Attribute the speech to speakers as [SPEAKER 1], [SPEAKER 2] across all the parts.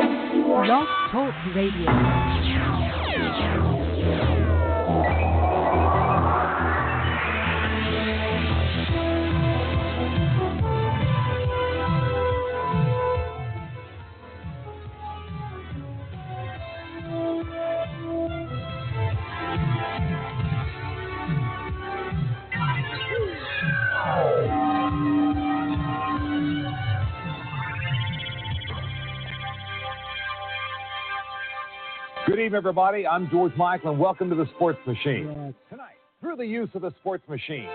[SPEAKER 1] Blog Talk Radio.
[SPEAKER 2] Good evening, everybody. I'm George Michael, and welcome to the Sports Machine. Tonight, through the use of the Sports Machine,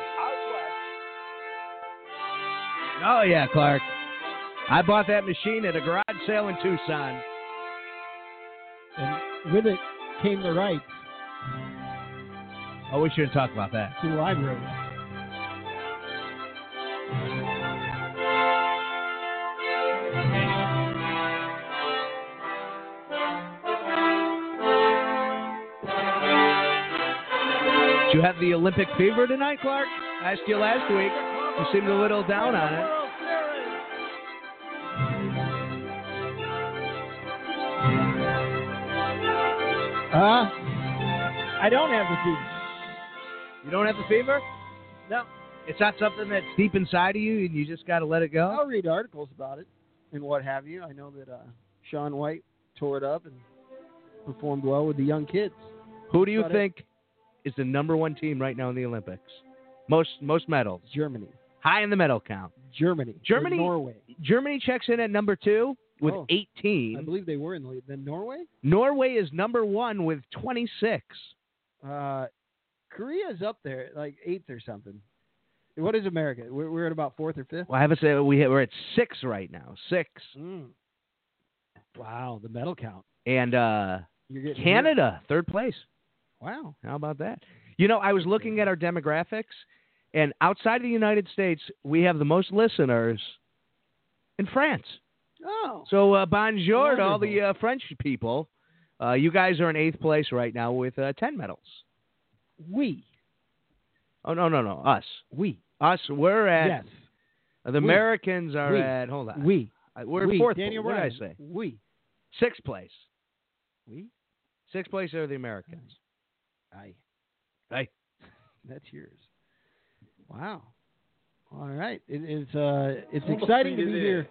[SPEAKER 3] Oh yeah, Clark. I bought that machine at a garage sale in Tucson.
[SPEAKER 4] And with it came the right
[SPEAKER 3] Oh, we shouldn't talk about that.
[SPEAKER 4] to libraries.
[SPEAKER 3] Do you have the Olympic fever tonight, Clark? I asked you last week. You seemed a little down on it.
[SPEAKER 4] Huh? I don't have the fever.
[SPEAKER 3] You don't have the fever? No. It's not something that's deep inside of you, and you just got to let it go.
[SPEAKER 4] I'll read articles about it and what have you. I know that uh, Sean White tore it up and performed well with the young kids.
[SPEAKER 3] Who do you
[SPEAKER 4] Got it.
[SPEAKER 3] think is the number one team right now in the Olympics? Most most medals,
[SPEAKER 4] Germany.
[SPEAKER 3] high in the medal count.
[SPEAKER 4] Germany. With
[SPEAKER 3] Germany?
[SPEAKER 4] Norway.
[SPEAKER 3] Germany checks in at number two with
[SPEAKER 4] Oh. I
[SPEAKER 3] 18.
[SPEAKER 4] believe they were in the lead. Then Norway?
[SPEAKER 3] Norway is number one with 26.
[SPEAKER 4] Uh, Korea's up there, like eighth or something. What is America? We're, we're at about fourth or fifth?
[SPEAKER 3] Well, I haven't said we we're at six right now, six.
[SPEAKER 4] Mm. Wow, the medal count.
[SPEAKER 3] And uh,
[SPEAKER 4] You're getting
[SPEAKER 3] Canada, third place.
[SPEAKER 4] Wow.
[SPEAKER 3] How about that? You know, I was looking at our demographics, and outside of the United States, we have the most listeners in France.
[SPEAKER 4] Oh.
[SPEAKER 3] So, uh, bonjour to all the
[SPEAKER 4] Wonderful.
[SPEAKER 3] uh, French people. Uh, you guys are in eighth place right now with uh, 10 medals.
[SPEAKER 4] we.
[SPEAKER 3] Oh, no, no, no. Us.
[SPEAKER 4] We.
[SPEAKER 3] Us, we're at.
[SPEAKER 4] Yes.
[SPEAKER 3] The Americans are
[SPEAKER 4] We.
[SPEAKER 3] at. Hold on.
[SPEAKER 4] We.
[SPEAKER 3] Uh, We're
[SPEAKER 4] we.
[SPEAKER 3] fourth.
[SPEAKER 4] Daniel
[SPEAKER 3] what did I
[SPEAKER 4] Bryan.
[SPEAKER 3] say?
[SPEAKER 4] We.
[SPEAKER 3] Sixth place.
[SPEAKER 4] We.
[SPEAKER 3] Sixth place are the Americans.
[SPEAKER 4] I.
[SPEAKER 3] Aye.
[SPEAKER 4] That's yours. Wow. All right. It, it's uh, it's exciting to be here.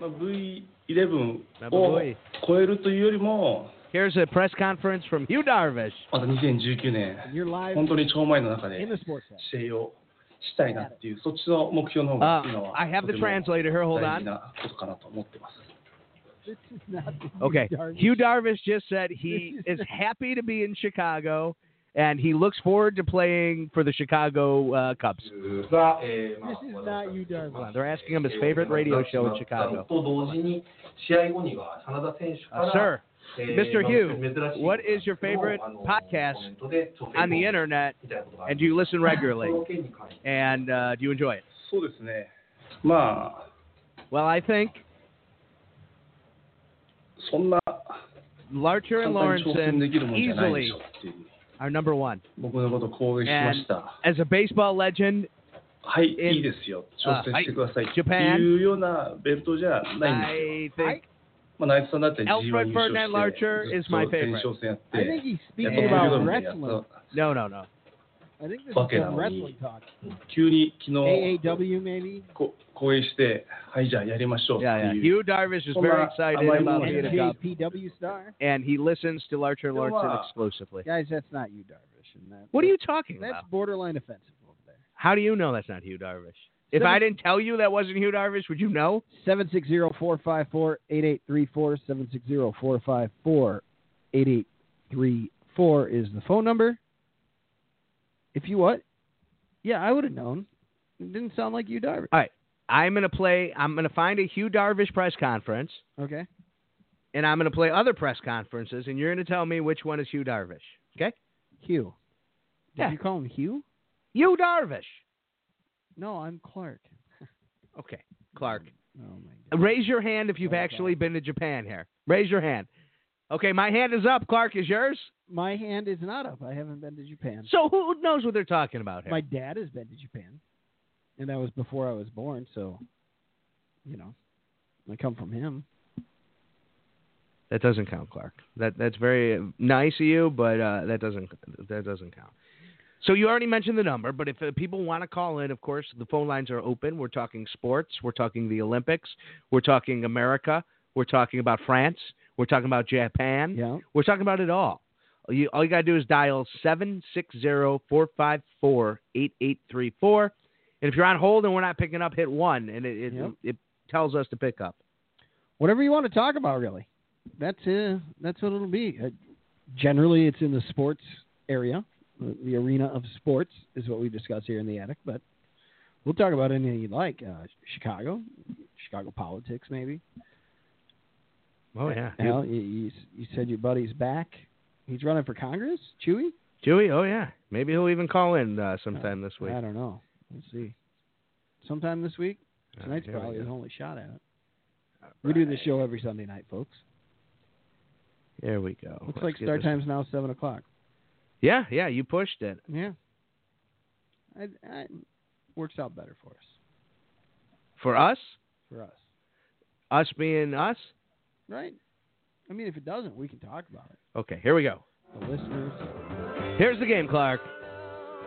[SPEAKER 5] まあ、V11
[SPEAKER 3] Number
[SPEAKER 4] Oh.
[SPEAKER 5] を
[SPEAKER 3] three.
[SPEAKER 5] 超えるというよりも、
[SPEAKER 3] Here's a press conference from Hugh Darvish.
[SPEAKER 5] また2019年、
[SPEAKER 4] You're live
[SPEAKER 5] 本当に超前の中で
[SPEAKER 4] in the sports center.
[SPEAKER 5] 試合をしたいなっていう、そっちの目標の方
[SPEAKER 3] Uh,
[SPEAKER 5] が今は、
[SPEAKER 3] I have the
[SPEAKER 5] とても
[SPEAKER 3] translator here. Hold on.
[SPEAKER 5] 大事なことかなと思ってます。
[SPEAKER 4] This is not.
[SPEAKER 3] Okay.
[SPEAKER 4] Darvish.
[SPEAKER 3] Hugh Darvish just said he is happy to be in Chicago and he looks forward to playing for the Chicago uh, Cubs.
[SPEAKER 6] が、えーまあ
[SPEAKER 4] This is not you, Darvish.
[SPEAKER 3] They're asking him his favorite radio show in
[SPEAKER 6] と
[SPEAKER 3] Chicago.
[SPEAKER 6] 同時に、試合後には、真田選手から、
[SPEAKER 3] Uh, sir,
[SPEAKER 6] え
[SPEAKER 3] Mr.
[SPEAKER 6] まあ
[SPEAKER 3] Hugh,
[SPEAKER 6] 珍しい
[SPEAKER 3] what is your favorite
[SPEAKER 6] あの
[SPEAKER 3] podcast
[SPEAKER 6] コメントで挑戦
[SPEAKER 3] on the internet,
[SPEAKER 6] みたいなことがあ
[SPEAKER 3] and
[SPEAKER 6] る
[SPEAKER 3] do you listen
[SPEAKER 6] こ
[SPEAKER 3] regularly?
[SPEAKER 6] の件に関して
[SPEAKER 3] And uh, do you enjoy it?
[SPEAKER 5] そうですね、まあ、
[SPEAKER 3] Well, I think
[SPEAKER 5] そんな
[SPEAKER 3] Larcher and
[SPEAKER 5] 簡単に挑戦できる
[SPEAKER 3] Lawrenson
[SPEAKER 5] もんじゃないで
[SPEAKER 3] easily
[SPEAKER 5] しょっていう、
[SPEAKER 3] are number one.
[SPEAKER 5] 僕のこと攻撃しました。
[SPEAKER 3] As a baseball legend,
[SPEAKER 5] はい、
[SPEAKER 3] in-
[SPEAKER 5] いいですよ、挑戦してください
[SPEAKER 3] Uh,
[SPEAKER 5] っていうようなベルトじゃないんですよ。
[SPEAKER 3] I think
[SPEAKER 5] まあ、ナイツさんだったり、G1 優
[SPEAKER 3] Alfred
[SPEAKER 5] 勝
[SPEAKER 3] Ferdinand Larcher
[SPEAKER 5] して、ず
[SPEAKER 3] is
[SPEAKER 5] っ
[SPEAKER 3] my
[SPEAKER 5] と前哨戦やっ
[SPEAKER 4] I think
[SPEAKER 5] て、
[SPEAKER 4] he's
[SPEAKER 5] やっ
[SPEAKER 4] speaking
[SPEAKER 3] Yeah.
[SPEAKER 4] about
[SPEAKER 5] と僕が見た
[SPEAKER 4] wrestling.
[SPEAKER 5] や
[SPEAKER 3] no, no, no.
[SPEAKER 4] I think this is
[SPEAKER 5] Fuck it,
[SPEAKER 4] some
[SPEAKER 5] I'll
[SPEAKER 4] wrestling
[SPEAKER 5] eat.
[SPEAKER 4] talk.
[SPEAKER 5] つ急に昨
[SPEAKER 4] Oh.
[SPEAKER 5] 日
[SPEAKER 4] AAW maybe.
[SPEAKER 5] こ公演して、はい、じゃあやりましょうって
[SPEAKER 3] Yeah, yeah.
[SPEAKER 5] いう。
[SPEAKER 3] Hugh Darvish is
[SPEAKER 5] Oh, Well,
[SPEAKER 3] very
[SPEAKER 5] uh,
[SPEAKER 3] excited
[SPEAKER 5] am I
[SPEAKER 3] about
[SPEAKER 5] wrong?
[SPEAKER 3] being
[SPEAKER 4] And
[SPEAKER 3] a Cub,
[SPEAKER 4] JPW star.
[SPEAKER 3] and he listens to Larcher and
[SPEAKER 5] Come
[SPEAKER 3] Lawrenson
[SPEAKER 5] on.
[SPEAKER 3] exclusively.
[SPEAKER 4] Guys, that's not you, Darvish. And that,
[SPEAKER 3] What are you talking
[SPEAKER 4] That's
[SPEAKER 3] about?
[SPEAKER 4] borderline offensive over there.
[SPEAKER 3] How do you know that's not Hugh Darvish? If
[SPEAKER 4] Seven-
[SPEAKER 3] I didn't tell you that wasn't Hugh Darvish, would you know?
[SPEAKER 4] 760-454-8834, 760-454-8834 is the phone number. If you what? Yeah, I would have known. It didn't sound like you, Darvish.
[SPEAKER 3] I'm gonna play. I'm gonna find a Hugh Darvish press conference,
[SPEAKER 4] Okay.
[SPEAKER 3] and I'm gonna play other press conferences, and you're gonna tell me which one is Hugh Darvish. Okay?
[SPEAKER 4] Hugh. Did
[SPEAKER 3] Yeah.
[SPEAKER 4] you call him Hugh?
[SPEAKER 3] Hugh Darvish.
[SPEAKER 4] No, I'm Clark.
[SPEAKER 3] Okay, Clark.
[SPEAKER 4] Oh my god.
[SPEAKER 3] Raise your hand if you've
[SPEAKER 4] Oh,
[SPEAKER 3] actually been to Japan here. Raise your hand. Okay, my hand is up. Clark, is yours?
[SPEAKER 4] My hand is not up. I haven't been to Japan.
[SPEAKER 3] So who knows what they're talking about here?
[SPEAKER 4] My dad has been to Japan, and that was before I was born. So, you know, I come from him.
[SPEAKER 3] That doesn't count, Clark. That that's very nice of you, but uh, that doesn't that doesn't count. So you already mentioned the number, but if uh, people want to call in, of course, the phone lines are open. We're talking sports. We're talking the Olympics. We're talking America. We're talking about France. We're talking about Japan.
[SPEAKER 4] Yeah.
[SPEAKER 3] We're talking about it all. All you, all you got to do is dial 760-454-8834. And if you're on hold and we're not picking up, hit 1, and it, it,
[SPEAKER 4] Yep.
[SPEAKER 3] it tells us to pick up.
[SPEAKER 4] Whatever you want to talk about, really. That's uh, that's what it'll be. Uh, generally, it's in the sports area. The the arena of sports is what we discuss here in the attic, but we'll talk about anything you'd like. Uh, Chicago, Chicago politics, maybe.
[SPEAKER 3] Oh, yeah.
[SPEAKER 4] Al, you, you, you said your buddy's back. He's running for Congress, Chewy.
[SPEAKER 3] Chewy, oh, yeah. Maybe he'll even call in uh, sometime this week.
[SPEAKER 4] I don't know. We'll see. Sometime this week.
[SPEAKER 3] Uh,
[SPEAKER 4] Tonight's
[SPEAKER 3] here we Uh,
[SPEAKER 4] probably
[SPEAKER 3] go.
[SPEAKER 4] his only shot at it. We do this show every Sunday night, folks.
[SPEAKER 3] Here we go.
[SPEAKER 4] Looks
[SPEAKER 3] Oh, Let's
[SPEAKER 4] like
[SPEAKER 3] get
[SPEAKER 4] start
[SPEAKER 3] this-
[SPEAKER 4] time's now seven o'clock.
[SPEAKER 3] Yeah, yeah, you pushed it.
[SPEAKER 4] Yeah. I, I, works out better for us.
[SPEAKER 3] For us,
[SPEAKER 4] For us,
[SPEAKER 3] us being us.
[SPEAKER 4] right? I mean, if it doesn't, we can talk about it.
[SPEAKER 3] Okay, here we go.
[SPEAKER 4] The listeners.
[SPEAKER 3] Here's the game, Clark.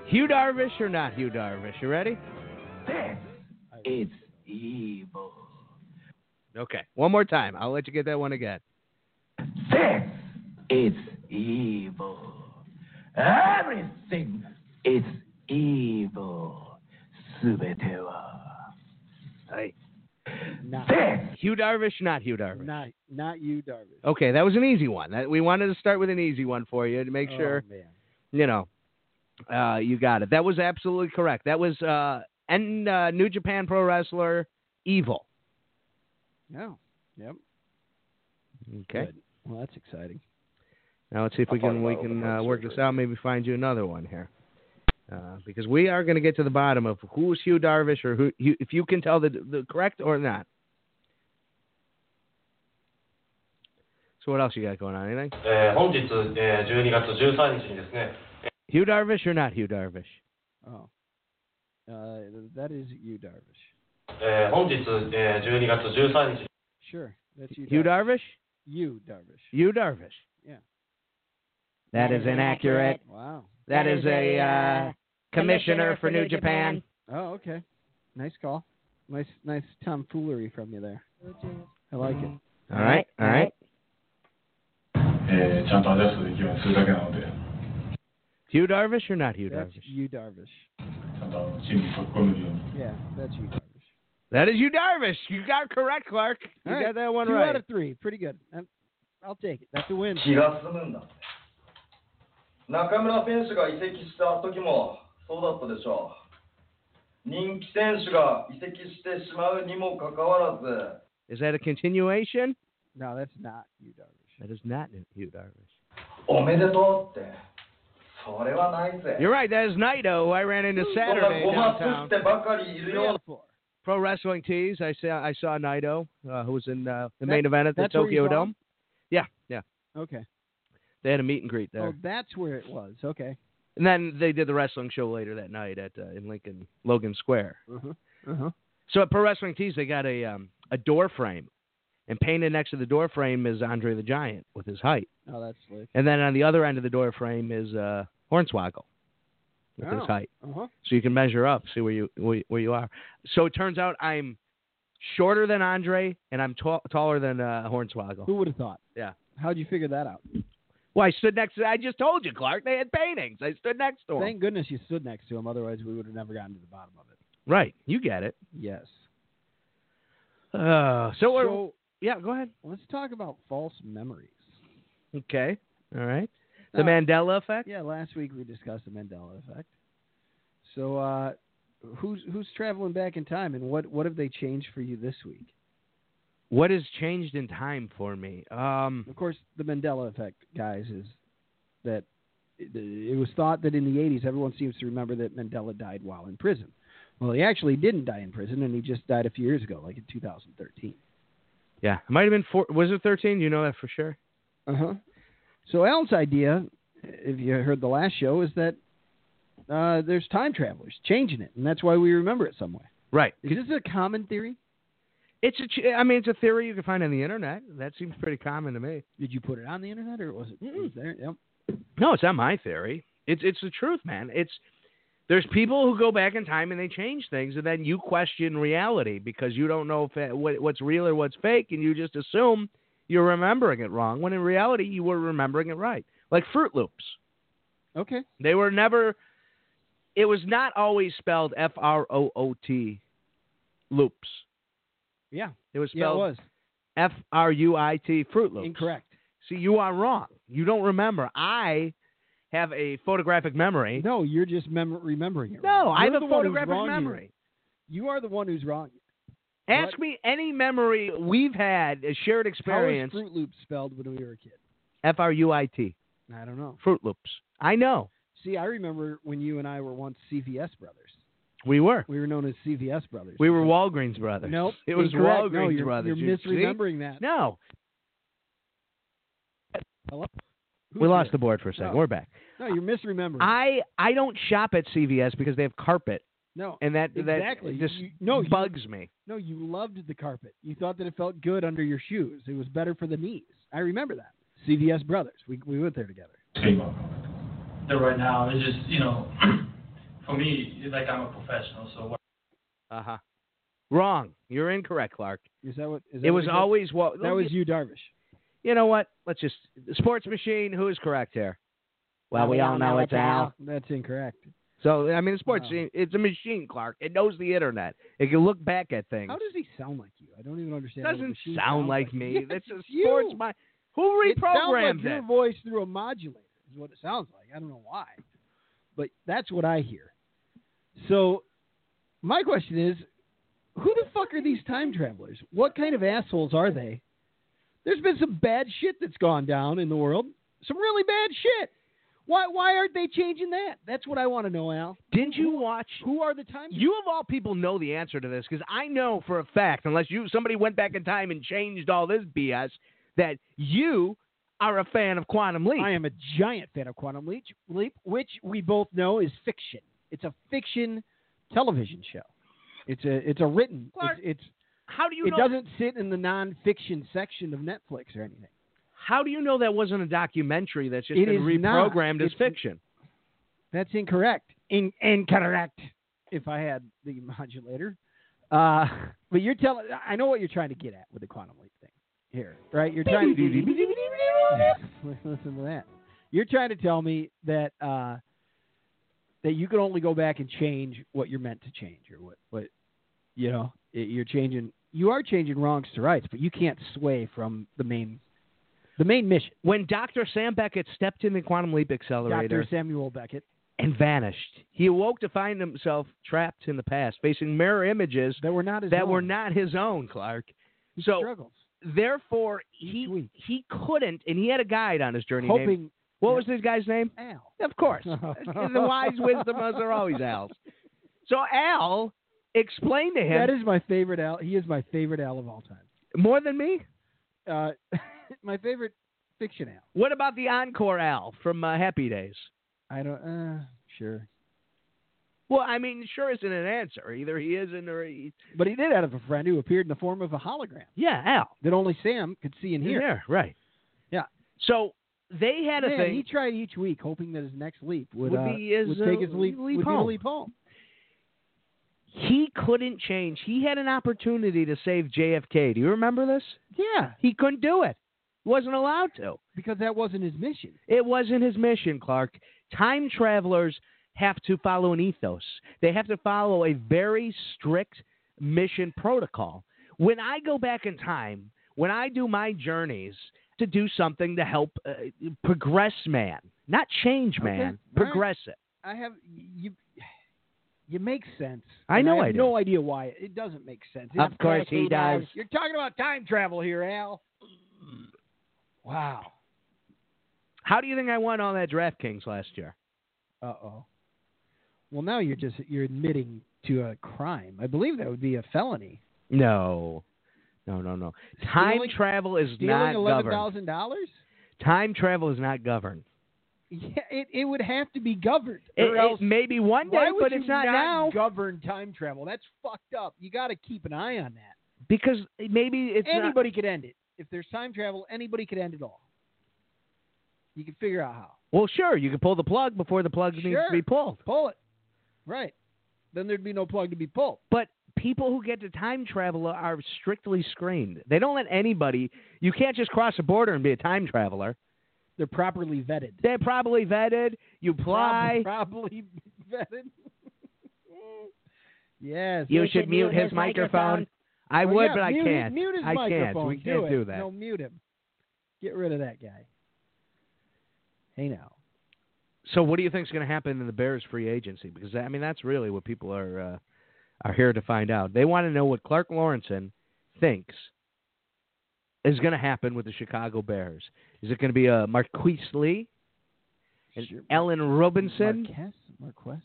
[SPEAKER 3] Hugh Darvish or not Hugh Darvish? You ready?
[SPEAKER 6] It's evil.
[SPEAKER 3] Okay, one more time. I'll let you get that one again.
[SPEAKER 6] Sex is evil. Everything is evil. すべては。はい。
[SPEAKER 4] Not,
[SPEAKER 3] Hugh Darvish, not Hugh Darvish.
[SPEAKER 4] not, not you, Darvish.
[SPEAKER 3] Okay, that was an easy one. That- We wanted to start with an easy one for you to make
[SPEAKER 4] Oh,
[SPEAKER 3] sure
[SPEAKER 4] man.
[SPEAKER 3] you know uh, you got it. That was absolutely correct. That was uh, and uh, New Japan Pro Wrestler Evil.
[SPEAKER 4] No. Yep.
[SPEAKER 3] Okay.
[SPEAKER 4] Good. Well, that's exciting.
[SPEAKER 3] Now let's see if we
[SPEAKER 6] I'll
[SPEAKER 3] can
[SPEAKER 6] talk
[SPEAKER 3] we
[SPEAKER 6] about it
[SPEAKER 3] can
[SPEAKER 6] with my
[SPEAKER 3] uh, work this
[SPEAKER 6] surgery.
[SPEAKER 3] out. Maybe find you another one here, uh, because we are going to get to the bottom of who's Hugh Darvish or who you, if you can tell the the correct or not. So what else you got going on? Anything?
[SPEAKER 7] えー本日、えー12月13日にですね、
[SPEAKER 3] Hugh Darvish or not Hugh Darvish?
[SPEAKER 4] Oh. Uh, that is you, Darvish.
[SPEAKER 7] えー本日、えー12月13日、
[SPEAKER 4] Sure. That's you.
[SPEAKER 3] Hugh Darvish?
[SPEAKER 4] You, Darvish.
[SPEAKER 3] Hugh Darvish.
[SPEAKER 4] Yeah.
[SPEAKER 3] That is inaccurate.
[SPEAKER 4] Wow.
[SPEAKER 3] That is a uh, commissioner for New Japan.
[SPEAKER 4] Oh, okay. Nice call. Nice, nice tomfoolery from you there. I like it.
[SPEAKER 3] All right, all right.
[SPEAKER 5] えー、ちゃんとアジャストできるようにするだけなので、
[SPEAKER 3] Hugh Darvish or not Hugh
[SPEAKER 4] that's
[SPEAKER 3] Darvish?
[SPEAKER 4] you, Darvish.
[SPEAKER 5] ちゃんとあのチームに取り込めるように。
[SPEAKER 4] Yeah, that's you, Darvish.
[SPEAKER 3] That is Hugh Darvish. You got it correct, Clark. You
[SPEAKER 4] All right.
[SPEAKER 3] got that one
[SPEAKER 4] Two
[SPEAKER 3] right.
[SPEAKER 4] out of three. Pretty good. I'm, I'll take it. That's a win.
[SPEAKER 7] 気が済むんだって。中村選手が移籍した時もそうだったでしょう。人気選手が移籍してしまうにもかかわらず、
[SPEAKER 3] Is that a continuation?
[SPEAKER 4] No, that's not you, Darvish.
[SPEAKER 3] That is not Hugh Darvish.
[SPEAKER 7] おめでとうって、それはないぜ。
[SPEAKER 3] You're right. That is Naito, who I ran into
[SPEAKER 7] そんな
[SPEAKER 3] Saturday
[SPEAKER 7] ごますっ
[SPEAKER 3] downtown.
[SPEAKER 7] てばかりいる
[SPEAKER 4] Three out
[SPEAKER 7] よ
[SPEAKER 4] of four.
[SPEAKER 3] Pro Wrestling Tees. I saw I saw Naito, uh, who was in uh, the main
[SPEAKER 4] That-
[SPEAKER 3] event at the
[SPEAKER 4] that's where you
[SPEAKER 3] Tokyo
[SPEAKER 4] saw him?
[SPEAKER 3] Dome. Yeah, yeah.
[SPEAKER 4] Okay.
[SPEAKER 3] They had a meet and greet there,
[SPEAKER 4] Oh, that's where it was. Okay.
[SPEAKER 3] and then they did the wrestling show later that night at uh, in Lincoln Logan Square.
[SPEAKER 4] Uh-huh. Uh-huh.
[SPEAKER 3] So at Pro Wrestling Tees, they got a um, a door frame, and painted next to the door frame is Andre the Giant with his height,
[SPEAKER 4] Oh, that's slick.
[SPEAKER 3] and then on the other end of the door frame is uh, Hornswoggle with
[SPEAKER 4] Oh.
[SPEAKER 3] his height.
[SPEAKER 4] Uh-huh.
[SPEAKER 3] so you can measure up, see where you where you- where you are. So it turns out I'm shorter than Andre, and I'm tall taller than uh, Hornswoggle.
[SPEAKER 4] Who would have thought?
[SPEAKER 3] Yeah.
[SPEAKER 4] How'd you figure that out?
[SPEAKER 3] Well, I stood next to. I just told you, Clark. They had paintings. I stood next to him.
[SPEAKER 4] Thank goodness you stood next to him, otherwise we would have never gotten to the bottom of it.
[SPEAKER 3] right, you get it.
[SPEAKER 4] Yes.
[SPEAKER 3] Uh, so, we're-
[SPEAKER 4] So-
[SPEAKER 3] yeah, go ahead.
[SPEAKER 4] Let's talk about false memories.
[SPEAKER 3] Okay, all right. The
[SPEAKER 4] Now,
[SPEAKER 3] Mandela effect.
[SPEAKER 4] Uh, Yeah, last week we discussed the Mandela effect. So, uh, who's who's traveling back in time, and what what have they changed for you this week?
[SPEAKER 3] What has changed in time for me? Um,
[SPEAKER 4] Of course, the Mandela effect, guys, is that it, it was thought that in the 80s everyone seems to remember that Mandela died while in prison. Well, he actually didn't die in prison, and he just died a few years ago, like in 2013.
[SPEAKER 3] yeah, it might have been four. Was it thirteen? You know that for sure.
[SPEAKER 4] Uh huh. So Al's idea, if you heard the last show, is that uh, there's time travelers changing it, and that's why we remember it some way.
[SPEAKER 3] Right.
[SPEAKER 4] Is this a common theory?
[SPEAKER 3] It's a, ch- I mean, it's a theory you can find on the internet. That seems pretty common to me.
[SPEAKER 4] Did you put it on the internet or was it it was there? Yep.
[SPEAKER 3] No, it's not my theory. It's it's the truth, man. It's there's people who go back in time and they change things, and then you question reality because you don't know if that, what what's real or what's fake, and you just assume you're remembering it wrong when in reality you were remembering it right. Like Fruit Loops,
[SPEAKER 4] Okay.
[SPEAKER 3] they were never. It was not always spelled F R O O T, loops.
[SPEAKER 4] Yeah.
[SPEAKER 3] It was
[SPEAKER 4] Yeah, it
[SPEAKER 3] spelled
[SPEAKER 4] was
[SPEAKER 3] F R U I T, Fruit Loops.
[SPEAKER 4] incorrect.
[SPEAKER 3] See, you are wrong. You don't remember. I have a photographic memory.
[SPEAKER 4] No, you're just mem- remembering it.
[SPEAKER 3] No, I
[SPEAKER 4] You're
[SPEAKER 3] have
[SPEAKER 4] the
[SPEAKER 3] a
[SPEAKER 4] one who's
[SPEAKER 3] photographic
[SPEAKER 4] wrong here.
[SPEAKER 3] memory.
[SPEAKER 4] You are the one who's wrong.
[SPEAKER 3] Ask me any memory we've had, a shared experience.
[SPEAKER 4] How was Fruit Loops spelled when we were a kid?
[SPEAKER 3] F R U I T,
[SPEAKER 4] I don't know.
[SPEAKER 3] Fruit Loops. I know
[SPEAKER 4] See, I remember when you and I were once CVS brothers.
[SPEAKER 3] we were.
[SPEAKER 4] We were known as CVS brothers.
[SPEAKER 3] We were Walgreens brothers.
[SPEAKER 4] Nope.
[SPEAKER 3] it was
[SPEAKER 4] incorrect.
[SPEAKER 3] Walgreens
[SPEAKER 4] no, you're,
[SPEAKER 3] brothers.
[SPEAKER 4] You're
[SPEAKER 3] you see?
[SPEAKER 4] misremembering that.
[SPEAKER 3] No,
[SPEAKER 4] Who's
[SPEAKER 3] we lost
[SPEAKER 4] this?
[SPEAKER 3] the board for a second.
[SPEAKER 4] No.
[SPEAKER 3] We're back.
[SPEAKER 4] No, you're misremembering.
[SPEAKER 3] I I don't shop at CVS because they have carpet,
[SPEAKER 4] no,
[SPEAKER 3] and that
[SPEAKER 4] exactly.
[SPEAKER 3] that just
[SPEAKER 4] You- no, you-
[SPEAKER 3] bugs me.
[SPEAKER 4] no, you loved the carpet. You thought that it felt good under your shoes. It was better for the knees. I remember that. CVS brothers. We we went there together.
[SPEAKER 5] Team up.
[SPEAKER 8] there right now. It's just, you know, for me, it's like I'm a professional, so what
[SPEAKER 3] Uh huh. Wrong. You're incorrect, Clark.
[SPEAKER 4] Is that what? Is that
[SPEAKER 3] It
[SPEAKER 4] what
[SPEAKER 3] was
[SPEAKER 4] you said?
[SPEAKER 3] always wa-
[SPEAKER 4] That was you, Darvish.
[SPEAKER 3] you know what? Let's just sports machine. Who is correct here? Well, we all know it's Al.
[SPEAKER 4] That's incorrect.
[SPEAKER 3] So I mean, the sports
[SPEAKER 4] Wow.
[SPEAKER 3] machine. It's a machine, Clark. It knows the internet. It can look back at things.
[SPEAKER 4] How does he sound like you? I don't even understand. what a
[SPEAKER 3] Doesn't
[SPEAKER 4] machine
[SPEAKER 3] sound
[SPEAKER 4] sounds
[SPEAKER 3] like me.
[SPEAKER 4] Yes,
[SPEAKER 3] That's a
[SPEAKER 4] it's you.
[SPEAKER 3] sports mind. Who
[SPEAKER 4] It sounds
[SPEAKER 3] reprogrammed
[SPEAKER 4] like
[SPEAKER 3] that?
[SPEAKER 4] your voice through a modulator is what it sounds like. I don't know why, but that's what I hear. So, my question is, who the fuck are these time travelers? What kind of assholes are they? There's been some bad shit that's gone down in the world. Some really bad shit. Why why aren't they changing that? That's what I want to know, Al.
[SPEAKER 3] Didn't you watch?
[SPEAKER 4] Who are the time?
[SPEAKER 3] You of all people know the answer to this because I know for a fact, unless you somebody went back in time and changed all this BS, that you are a fan of Quantum Leap.
[SPEAKER 4] I am a giant fan of Quantum Leap, Leap, which we both know is fiction. It's a fiction television show. It's a it's a written.
[SPEAKER 3] Clark,
[SPEAKER 4] it's,
[SPEAKER 3] How do you
[SPEAKER 4] it's it
[SPEAKER 3] know?
[SPEAKER 4] doesn't sit in the non-fiction section of Netflix or anything.
[SPEAKER 3] How do you know that wasn't a documentary that's just
[SPEAKER 4] It
[SPEAKER 3] been
[SPEAKER 4] is not.
[SPEAKER 3] reprogrammed as
[SPEAKER 4] It's-
[SPEAKER 3] fiction?
[SPEAKER 4] That's incorrect. In, incorrect. If I had the modulator, uh, but you're telling. I know what you're trying to get at with the Quantum Leap thing here, right? You're trying to listen to that. You're trying to tell me that uh, that you can only go back and change what you're meant to change, or what, what you know, i- you're changing. You are changing wrongs to rights, but you can't sway from the main the main mission.
[SPEAKER 3] When Dr. Sam Beckett stepped in the Quantum Leap Accelerator
[SPEAKER 4] Doctor Samuel Beckett.
[SPEAKER 3] and vanished, he awoke to find himself trapped in the past, facing mirror images
[SPEAKER 4] That were not his
[SPEAKER 3] that were
[SPEAKER 4] own.
[SPEAKER 3] not his own, Clark.
[SPEAKER 4] He
[SPEAKER 3] so-
[SPEAKER 4] struggles,
[SPEAKER 3] Therefore, he
[SPEAKER 4] week.
[SPEAKER 3] he couldn't, and he had a guide on his journey. named-
[SPEAKER 4] hoping
[SPEAKER 3] what was this guy's name?
[SPEAKER 4] Al.
[SPEAKER 3] Of course. the wise wisdom us are always Al's. So Al explained to him
[SPEAKER 4] That is my favorite Al. He is my favorite Al of all time.
[SPEAKER 3] more than me.
[SPEAKER 4] Uh, my favorite fiction Al.
[SPEAKER 3] What about the encore Al from uh, Happy Days?
[SPEAKER 4] I don't. Uh, sure.
[SPEAKER 3] Well, I mean, sure isn't an answer. Either he isn't or he.
[SPEAKER 4] But he did have a friend who appeared in the form of a hologram
[SPEAKER 3] Yeah, Al.
[SPEAKER 4] that only Sam could see and
[SPEAKER 3] In
[SPEAKER 4] hear.
[SPEAKER 3] there, right.
[SPEAKER 4] Yeah.
[SPEAKER 3] So they had a
[SPEAKER 4] Man,
[SPEAKER 3] thing.
[SPEAKER 4] he tried each week, hoping that his next leap would,
[SPEAKER 3] Would
[SPEAKER 4] uh,
[SPEAKER 3] be his,
[SPEAKER 4] would
[SPEAKER 3] uh,
[SPEAKER 4] take his leap,
[SPEAKER 3] leap
[SPEAKER 4] would be the
[SPEAKER 3] home.
[SPEAKER 4] leap home.
[SPEAKER 3] He couldn't change. He had an opportunity to save JFK. Do you remember this?
[SPEAKER 4] Yeah,
[SPEAKER 3] He couldn't do it. Wasn't allowed to.
[SPEAKER 4] because that wasn't his mission.
[SPEAKER 3] It wasn't his mission, Clark. Time travelers have to follow an ethos. They have to follow a very strict mission protocol. When I go back in time, when I do my journeys to do something to help uh, progress man, not change
[SPEAKER 4] Okay,
[SPEAKER 3] man,
[SPEAKER 4] all right.
[SPEAKER 3] progress it.
[SPEAKER 4] I have you. You make sense.
[SPEAKER 3] I
[SPEAKER 4] And
[SPEAKER 3] know
[SPEAKER 4] I
[SPEAKER 3] I
[SPEAKER 4] have
[SPEAKER 3] do.
[SPEAKER 4] no idea why it doesn't make sense.
[SPEAKER 3] Of
[SPEAKER 4] It's
[SPEAKER 3] course
[SPEAKER 4] like
[SPEAKER 3] he does.
[SPEAKER 4] You're talking about time travel here, Al. Wow.
[SPEAKER 3] How do you think I won all that DraftKings last year?
[SPEAKER 4] Uh oh. Well, now you're just you're admitting to a crime. I believe that would be a felony.
[SPEAKER 3] No. No, no, no. Time
[SPEAKER 4] Stealing-
[SPEAKER 3] travel is not
[SPEAKER 4] Stealing eleven
[SPEAKER 3] governed.
[SPEAKER 4] thousand dollars.
[SPEAKER 3] Time travel is not governed.
[SPEAKER 4] Yeah, it, it would have to be governed.
[SPEAKER 3] It,
[SPEAKER 4] or else,
[SPEAKER 3] it may be one
[SPEAKER 4] why
[SPEAKER 3] day,
[SPEAKER 4] would
[SPEAKER 3] but
[SPEAKER 4] you
[SPEAKER 3] it's not, now.
[SPEAKER 4] govern time travel? That's fucked up. You got to keep an eye on that.
[SPEAKER 3] Because maybe it's not-
[SPEAKER 4] anybody could end it. If there's time travel, anybody could end it all. You can figure out how.
[SPEAKER 3] well, sure, you can pull the plug before the plug needs
[SPEAKER 4] Sure.
[SPEAKER 3] to be pulled.
[SPEAKER 4] Pull it. Right. Then there'd be no plug to be pulled.
[SPEAKER 3] But people who get to time travel are strictly screened. They don't let anybody. You can't just cross a border and be a time traveler.
[SPEAKER 4] They're properly vetted.
[SPEAKER 3] They're probably vetted. You apply.
[SPEAKER 4] Prob- Probably vetted. yes.
[SPEAKER 3] you
[SPEAKER 4] they
[SPEAKER 3] should mute his, microphone. I
[SPEAKER 4] Oh,
[SPEAKER 3] would,
[SPEAKER 4] yeah,
[SPEAKER 3] but I
[SPEAKER 4] mute,
[SPEAKER 3] can't.
[SPEAKER 4] Mute his
[SPEAKER 3] I
[SPEAKER 4] microphone.
[SPEAKER 3] can't. We
[SPEAKER 4] do
[SPEAKER 3] can't
[SPEAKER 4] it.
[SPEAKER 3] do that.
[SPEAKER 4] No, mute him. Get rid of that guy. Hey now.
[SPEAKER 3] So, what do you think is going to happen in the Bears free agency? Because I mean, that's really what people are uh, are here to find out. They want to know what Clark Lawrenson thinks is going to happen with the Chicago Bears. Is it going to be a Marquise Lee, an
[SPEAKER 4] Sure.
[SPEAKER 3] Ellen Robinson,
[SPEAKER 4] Marquez? Marquez?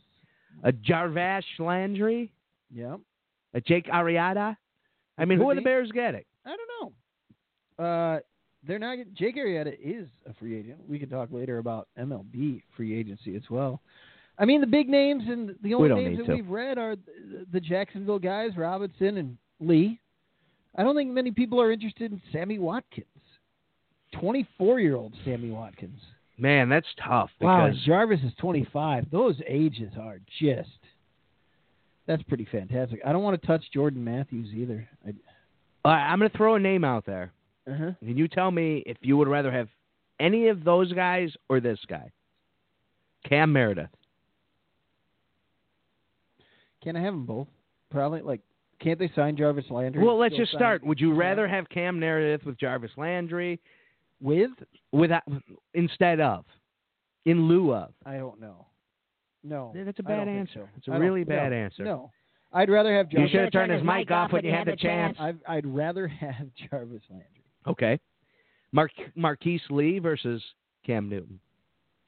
[SPEAKER 3] a Jarvash Landry,
[SPEAKER 4] Yep.
[SPEAKER 3] a Jake Ariada? I mean,
[SPEAKER 4] Could
[SPEAKER 3] who are the
[SPEAKER 4] be.
[SPEAKER 3] Bears getting?
[SPEAKER 4] I don't know. Uh, they're not. get- Jake Arrieta is a free agent. We can talk later about MLB free agency as well. I mean, the big names and the only
[SPEAKER 3] don't
[SPEAKER 4] names
[SPEAKER 3] need
[SPEAKER 4] that
[SPEAKER 3] to.
[SPEAKER 4] we've read are the, the Jacksonville guys, Robinson and Lee. I don't think many people are interested in Sammy Watkins, twenty-four-year-old Sammy Watkins.
[SPEAKER 3] Man, that's tough
[SPEAKER 4] Wow,
[SPEAKER 3] because
[SPEAKER 4] and Jarvis is 25. Those ages are just. That's pretty fantastic. I don't want to touch Jordan Matthews either. I,
[SPEAKER 3] All right, I'm going to throw a name out there.
[SPEAKER 4] uh-huh.
[SPEAKER 3] And you tell me if you would rather have any of those guys or this guy. Cam Meredith.
[SPEAKER 4] Can I have them both? Probably. Like, can't they sign Jarvis Landry?
[SPEAKER 3] Well, let's
[SPEAKER 4] Still
[SPEAKER 3] just
[SPEAKER 4] sign
[SPEAKER 3] start. Would you
[SPEAKER 4] Yeah.
[SPEAKER 3] rather have Cam Meredith with Jarvis Landry
[SPEAKER 4] with?
[SPEAKER 3] without instead of in lieu of?
[SPEAKER 4] I don't know. No,
[SPEAKER 3] That's a
[SPEAKER 4] I don't
[SPEAKER 3] bad
[SPEAKER 4] think
[SPEAKER 3] answer.
[SPEAKER 4] So.
[SPEAKER 3] It's a
[SPEAKER 4] I don't-
[SPEAKER 3] really bad
[SPEAKER 4] no,
[SPEAKER 3] answer.
[SPEAKER 4] No, I'd rather have
[SPEAKER 3] You
[SPEAKER 4] Jarvis.
[SPEAKER 3] should have turned his mic off when you had the chance.
[SPEAKER 4] I've, I'd rather have Jarvis Landry.
[SPEAKER 3] Okay. Mar- Marquise Lee versus Cam Newton.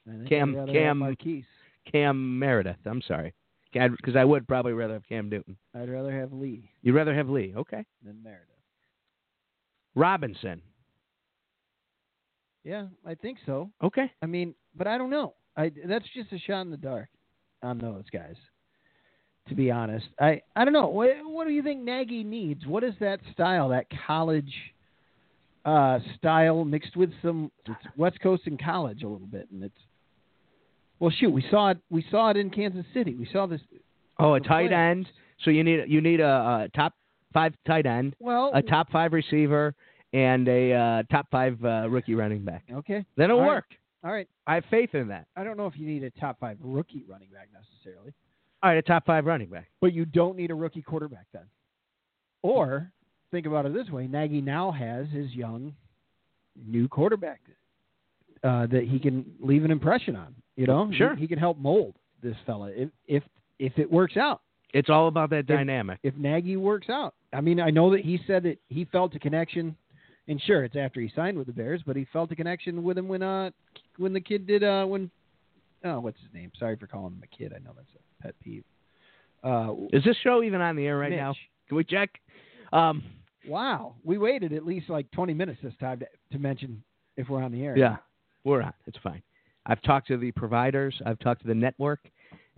[SPEAKER 4] I think
[SPEAKER 3] Cam-
[SPEAKER 4] I'd rather
[SPEAKER 3] Cam-
[SPEAKER 4] have Marquise.
[SPEAKER 3] Cam Meredith. I'm sorry. Because I would probably rather have Cam Newton.
[SPEAKER 4] I'd rather have Lee
[SPEAKER 3] You'd rather have Lee. Okay.
[SPEAKER 4] than Meredith.
[SPEAKER 3] Robinson.
[SPEAKER 4] Yeah, I think so.
[SPEAKER 3] Okay.
[SPEAKER 4] I mean, but I don't know. I that's just a shot in the dark on those guys. To be honest, I I don't know. What what do you think Nagy needs? What is that style? That college uh, style mixed with some it's West Coast and college a little bit, and it's well, shoot, we saw it. We saw it in Kansas City. We saw this.
[SPEAKER 3] Oh, a
[SPEAKER 4] the
[SPEAKER 3] tight
[SPEAKER 4] playoffs.
[SPEAKER 3] end. So you need you need a, a top five tight end,
[SPEAKER 4] Well,
[SPEAKER 3] a top five receiver, and a uh, top five uh, rookie running back.
[SPEAKER 4] okay,
[SPEAKER 3] Then it'll
[SPEAKER 4] All right.
[SPEAKER 3] work.
[SPEAKER 4] all right.
[SPEAKER 3] I have faith in that.
[SPEAKER 4] I don't know if you need a top five rookie running back necessarily,
[SPEAKER 3] All right, a top five running back.
[SPEAKER 4] but you don't need a rookie quarterback then. Or think about it this way: Nagy now has his young, new quarterback uh, that he can leave an impression on. You know, He-
[SPEAKER 3] Sure.
[SPEAKER 4] he, can help mold this fella if if if it works out.
[SPEAKER 3] It's all about that dynamic.
[SPEAKER 4] If Nagy works out, I mean, I know that he said that he felt a connection, and sure, it's after he signed with the Bears, but he felt a connection with him when uh when the kid did uh when oh what's his name? Sorry for calling him a kid. I know that's a pet peeve. Uh,
[SPEAKER 3] Is this show even on the air right
[SPEAKER 4] Mitch.
[SPEAKER 3] now? Can we check? Um,
[SPEAKER 4] Wow, we waited at least like 20 minutes this time to, to mention if we're on the air.
[SPEAKER 3] yeah, we're on. It's fine. I've talked to the providers. I've talked to the network,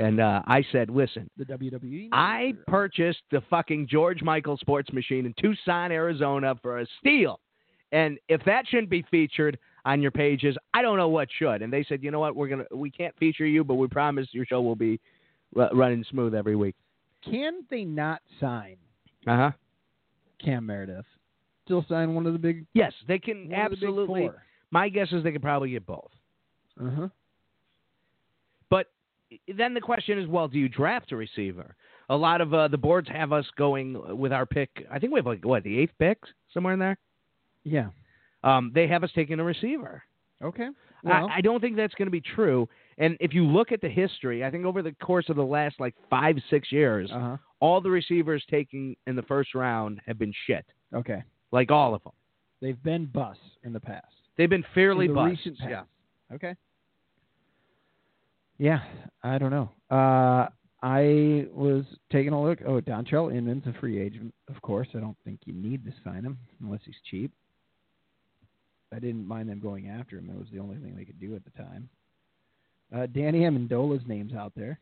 [SPEAKER 3] and uh, I said, listen,
[SPEAKER 4] the E WWE.
[SPEAKER 3] I purchased the fucking George Michael sports machine in Tucson, Arizona for a steal. And if that shouldn't be featured on your pages, I don't know what should. And they said, you know what, we're gonna we can't feature you, but we promise your show will be r- running smooth every week.
[SPEAKER 4] Can they not sign
[SPEAKER 3] Uh
[SPEAKER 4] Uh-huh.
[SPEAKER 3] huh.
[SPEAKER 4] Cam Meredith? Still sign one of the big
[SPEAKER 3] Yes, they can
[SPEAKER 4] one
[SPEAKER 3] absolutely.
[SPEAKER 4] Of
[SPEAKER 3] My guess is they could probably get both.
[SPEAKER 4] the big four. Uh huh.
[SPEAKER 3] But then the question is, well, do you draft a receiver? A lot of uh, the boards have us going with our pick. I think we have like what the eighth pick somewhere in there.
[SPEAKER 4] Yeah.
[SPEAKER 3] Um, they have us taking a receiver.
[SPEAKER 4] Okay. Well,
[SPEAKER 3] I, I don't think that's going to be true. And if you look at the history, I think over the course of the last like five, six years,
[SPEAKER 4] uh
[SPEAKER 3] all the receivers taken in the first round have been shit.
[SPEAKER 4] huh. Okay.
[SPEAKER 3] Like all of them,
[SPEAKER 4] They've been busts in the past.
[SPEAKER 3] they've been fairly
[SPEAKER 4] in the
[SPEAKER 3] busts.
[SPEAKER 4] recent past.
[SPEAKER 3] Yeah.
[SPEAKER 4] Okay. Yeah, I don't know. Uh, I was taking a look. Oh, Dontrell Inman's a free agent, of course. I don't think you need to sign him unless he's cheap. I didn't mind them going after him. It was the only thing they could do at the time. Uh, Danny Amendola's name's out there.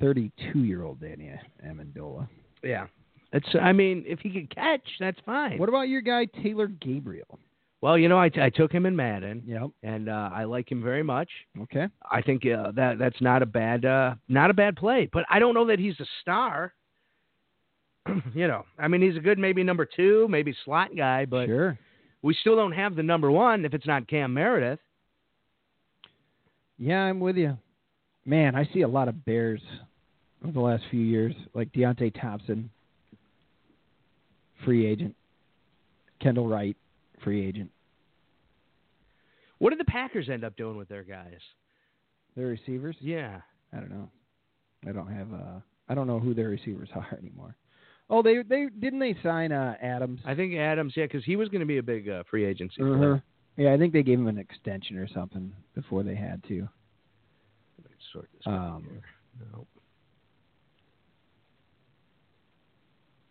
[SPEAKER 4] 32 year old Danny Amendola.
[SPEAKER 3] Yeah. It's. I mean, if he could catch, that's fine.
[SPEAKER 4] What about your guy Taylor Gabriel?
[SPEAKER 3] Well, you know, I, I took him in Madden,
[SPEAKER 4] Yep.
[SPEAKER 3] and uh, I like him very much.
[SPEAKER 4] Okay.
[SPEAKER 3] I think uh, that that's not a bad uh, not a bad play, but I don't know that he's a star. you know, I mean, he's a good maybe number two, maybe slot guy, but
[SPEAKER 4] sure.
[SPEAKER 3] we still don't have the number one if it's not Cam Meredith.
[SPEAKER 4] Yeah, I'm with you. Man, I see a lot of Bears over the last few years, like Deontay Thompson, free agent. Kendall Wright, free agent.
[SPEAKER 3] What did the Packers end up doing with their guys?
[SPEAKER 4] Their receivers?
[SPEAKER 3] Yeah,
[SPEAKER 4] I don't know. I don't have. Uh, I don't know who their receivers are anymore. Oh, they they didn't they sign uh, Adams?
[SPEAKER 3] I think Adams. Yeah, because he was going to be a big uh, free agency. player.
[SPEAKER 4] Uh-huh. Yeah, I think they gave him an extension or something before they had to.
[SPEAKER 3] Let me sort this out
[SPEAKER 4] Um,
[SPEAKER 3] here. No.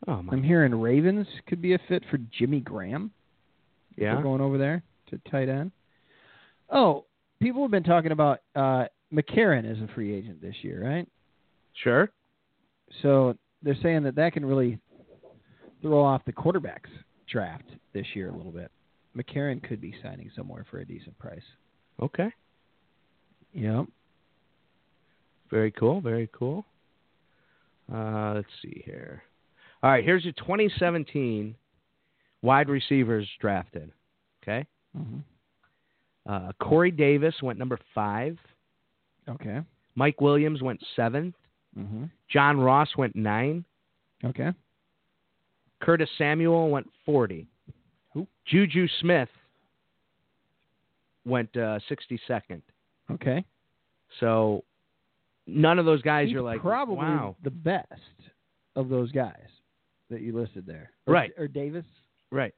[SPEAKER 3] Oh my.
[SPEAKER 4] I'm hearing Ravens could be a fit for Jimmy Graham. They're
[SPEAKER 3] Yeah.
[SPEAKER 4] going over there to tight end. Oh, people have been talking about uh, McCarron as a free agent this year, right?
[SPEAKER 3] Sure.
[SPEAKER 4] So they're saying that that can really throw off the quarterbacks draft this year a little bit. McCarron could be signing somewhere for a decent price.
[SPEAKER 3] Okay.
[SPEAKER 4] Yep.
[SPEAKER 3] Very cool. Very cool. Uh, let's see here. All right, here's your 2017 wide receivers drafted. Okay.
[SPEAKER 4] hmm
[SPEAKER 3] Uh, Corey Davis went number five.
[SPEAKER 4] Okay.
[SPEAKER 3] Mike Williams went seventh. Mm-hmm.
[SPEAKER 4] hmm
[SPEAKER 3] John Ross went nine.
[SPEAKER 4] Okay.
[SPEAKER 3] Curtis Samuel went 40.
[SPEAKER 4] Who?
[SPEAKER 3] Juju Smith went uh, 62nd.
[SPEAKER 4] Okay.
[SPEAKER 3] So none of those guys
[SPEAKER 4] He's
[SPEAKER 3] you're like,
[SPEAKER 4] probably
[SPEAKER 3] wow.
[SPEAKER 4] the best of those guys that you listed there. Or-
[SPEAKER 3] Right.
[SPEAKER 4] Or Davis.
[SPEAKER 3] Right.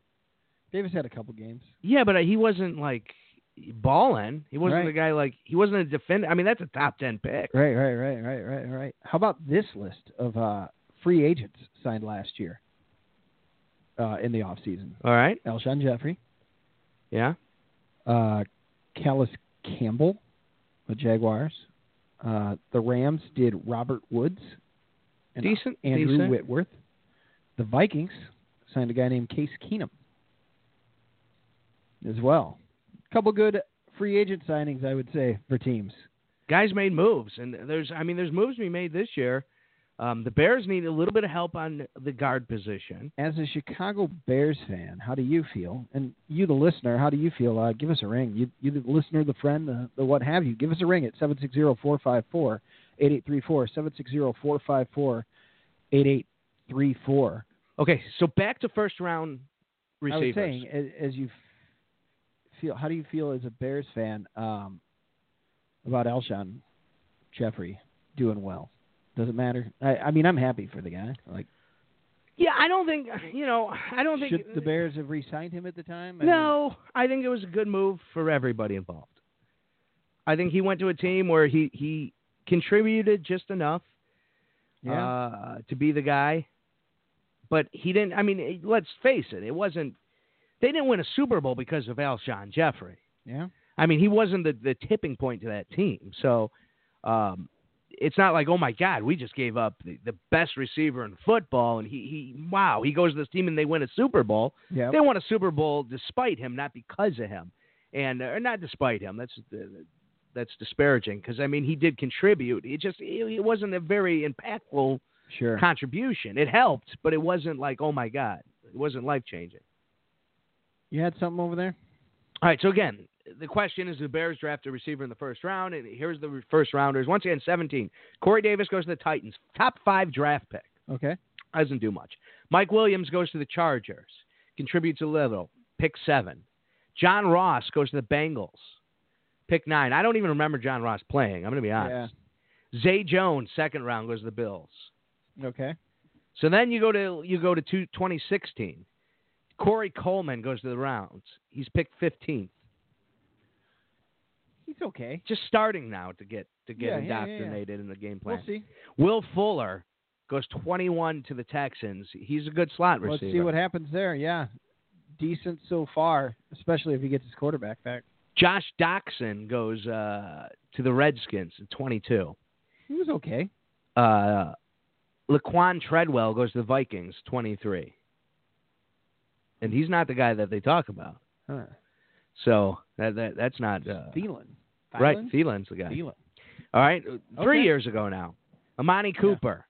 [SPEAKER 4] Davis had a couple games.
[SPEAKER 3] Yeah, but uh, he wasn't like balling. He wasn't
[SPEAKER 4] Right.
[SPEAKER 3] the guy like he wasn't a defender. I mean, that's a top ten pick.
[SPEAKER 4] Right, right, right, right, right, right. How about this list of uh, free agents signed last year uh, in the offseason?
[SPEAKER 3] All right.
[SPEAKER 4] Elshon Jeffrey,
[SPEAKER 3] Yeah.
[SPEAKER 4] uh, Callis Campbell, the Jaguars. Uh, the Rams did Robert Woods and
[SPEAKER 3] Decent,
[SPEAKER 4] Andrew
[SPEAKER 3] decent.
[SPEAKER 4] Whitworth. The Vikings signed a guy named Case Keenum as well. couple good free agent signings, I would say, for teams.
[SPEAKER 3] Guys made moves, and there's I mean there's moves we made this year. Um, the Bears need a little bit of help on the guard position.
[SPEAKER 4] as a Chicago Bears fan, how do you feel? And you, the listener, how do you feel? Uh, give us a ring. You, you, the listener, the friend, the, the what have you, give us a ring at 760 454 8834. 760 454 8834.
[SPEAKER 3] Okay, so back to first round
[SPEAKER 4] I was
[SPEAKER 3] receivers.
[SPEAKER 4] saying, as, as you f- feel, how do you feel as a Bears fan um, about Elshon Jeffrey doing well? Does it matter? I, I mean, I'm happy for the guy. Like,
[SPEAKER 3] yeah, I don't think you know. I don't think
[SPEAKER 4] should the Bears have re-signed him at the time? I mean-
[SPEAKER 3] No, I think it was a good move for everybody involved. I think he went to a team where he he contributed just enough
[SPEAKER 4] Yeah.
[SPEAKER 3] uh, to be the guy, but he didn't. I mean, it- let's face it, it wasn't. They didn't win a Super Bowl because of Alshon Jeffrey.
[SPEAKER 4] yeah.
[SPEAKER 3] I mean, he wasn't the the tipping point to that team. So, um, it's not like oh my God, we just gave up the, the best receiver in football, and he he wow he goes to this team and they win a Super Bowl.
[SPEAKER 4] Yeah.
[SPEAKER 3] They won a Super Bowl despite him, not because of him, and or not despite him. That's uh, that's disparaging because I mean he did contribute. It just it, it wasn't a very impactful
[SPEAKER 4] Sure.
[SPEAKER 3] contribution. It helped, but it wasn't like oh my god, it wasn't life changing.
[SPEAKER 4] You had something over there?
[SPEAKER 3] All right, so again, the question is the Bears draft a receiver in the first round, and here's the first rounders. Once again, 17. Corey Davis goes to the Titans, top five draft pick
[SPEAKER 4] Okay.
[SPEAKER 3] doesn't do much. Mike Williams goes to the Chargers, contributes a little, pick seven. John Ross goes to the Bengals, pick nine. I don't even remember John Ross playing. I'm going to be honest. Zay Jones, second round, goes to the Bills.
[SPEAKER 4] Okay.
[SPEAKER 3] So then you go to you go to two, 2016. Corey Coleman goes to the rounds. He's picked 15th.
[SPEAKER 4] He's okay.
[SPEAKER 3] Just starting now to get to get
[SPEAKER 4] Yeah, yeah, yeah, yeah.
[SPEAKER 3] indoctrinated in the game plan.
[SPEAKER 4] We'll see.
[SPEAKER 3] Will Fuller goes 21 to the Texans. He's a good slot receiver.
[SPEAKER 4] Let's see what happens there. Yeah. Decent so far, especially if he gets his quarterback back.
[SPEAKER 3] Josh Doxson goes uh, to the Redskins at 22.
[SPEAKER 4] He was okay.
[SPEAKER 3] Uh, Laquan Treadwell goes to the Vikings, 23. And he's not the guy that they talk about.
[SPEAKER 4] Huh.
[SPEAKER 3] So that, that that's not uh,
[SPEAKER 4] Thielen.
[SPEAKER 3] right.
[SPEAKER 4] Thielen?
[SPEAKER 3] Thielen's the guy.
[SPEAKER 4] Thielen.
[SPEAKER 3] All right, three
[SPEAKER 4] Okay.
[SPEAKER 3] years ago now, Amani Cooper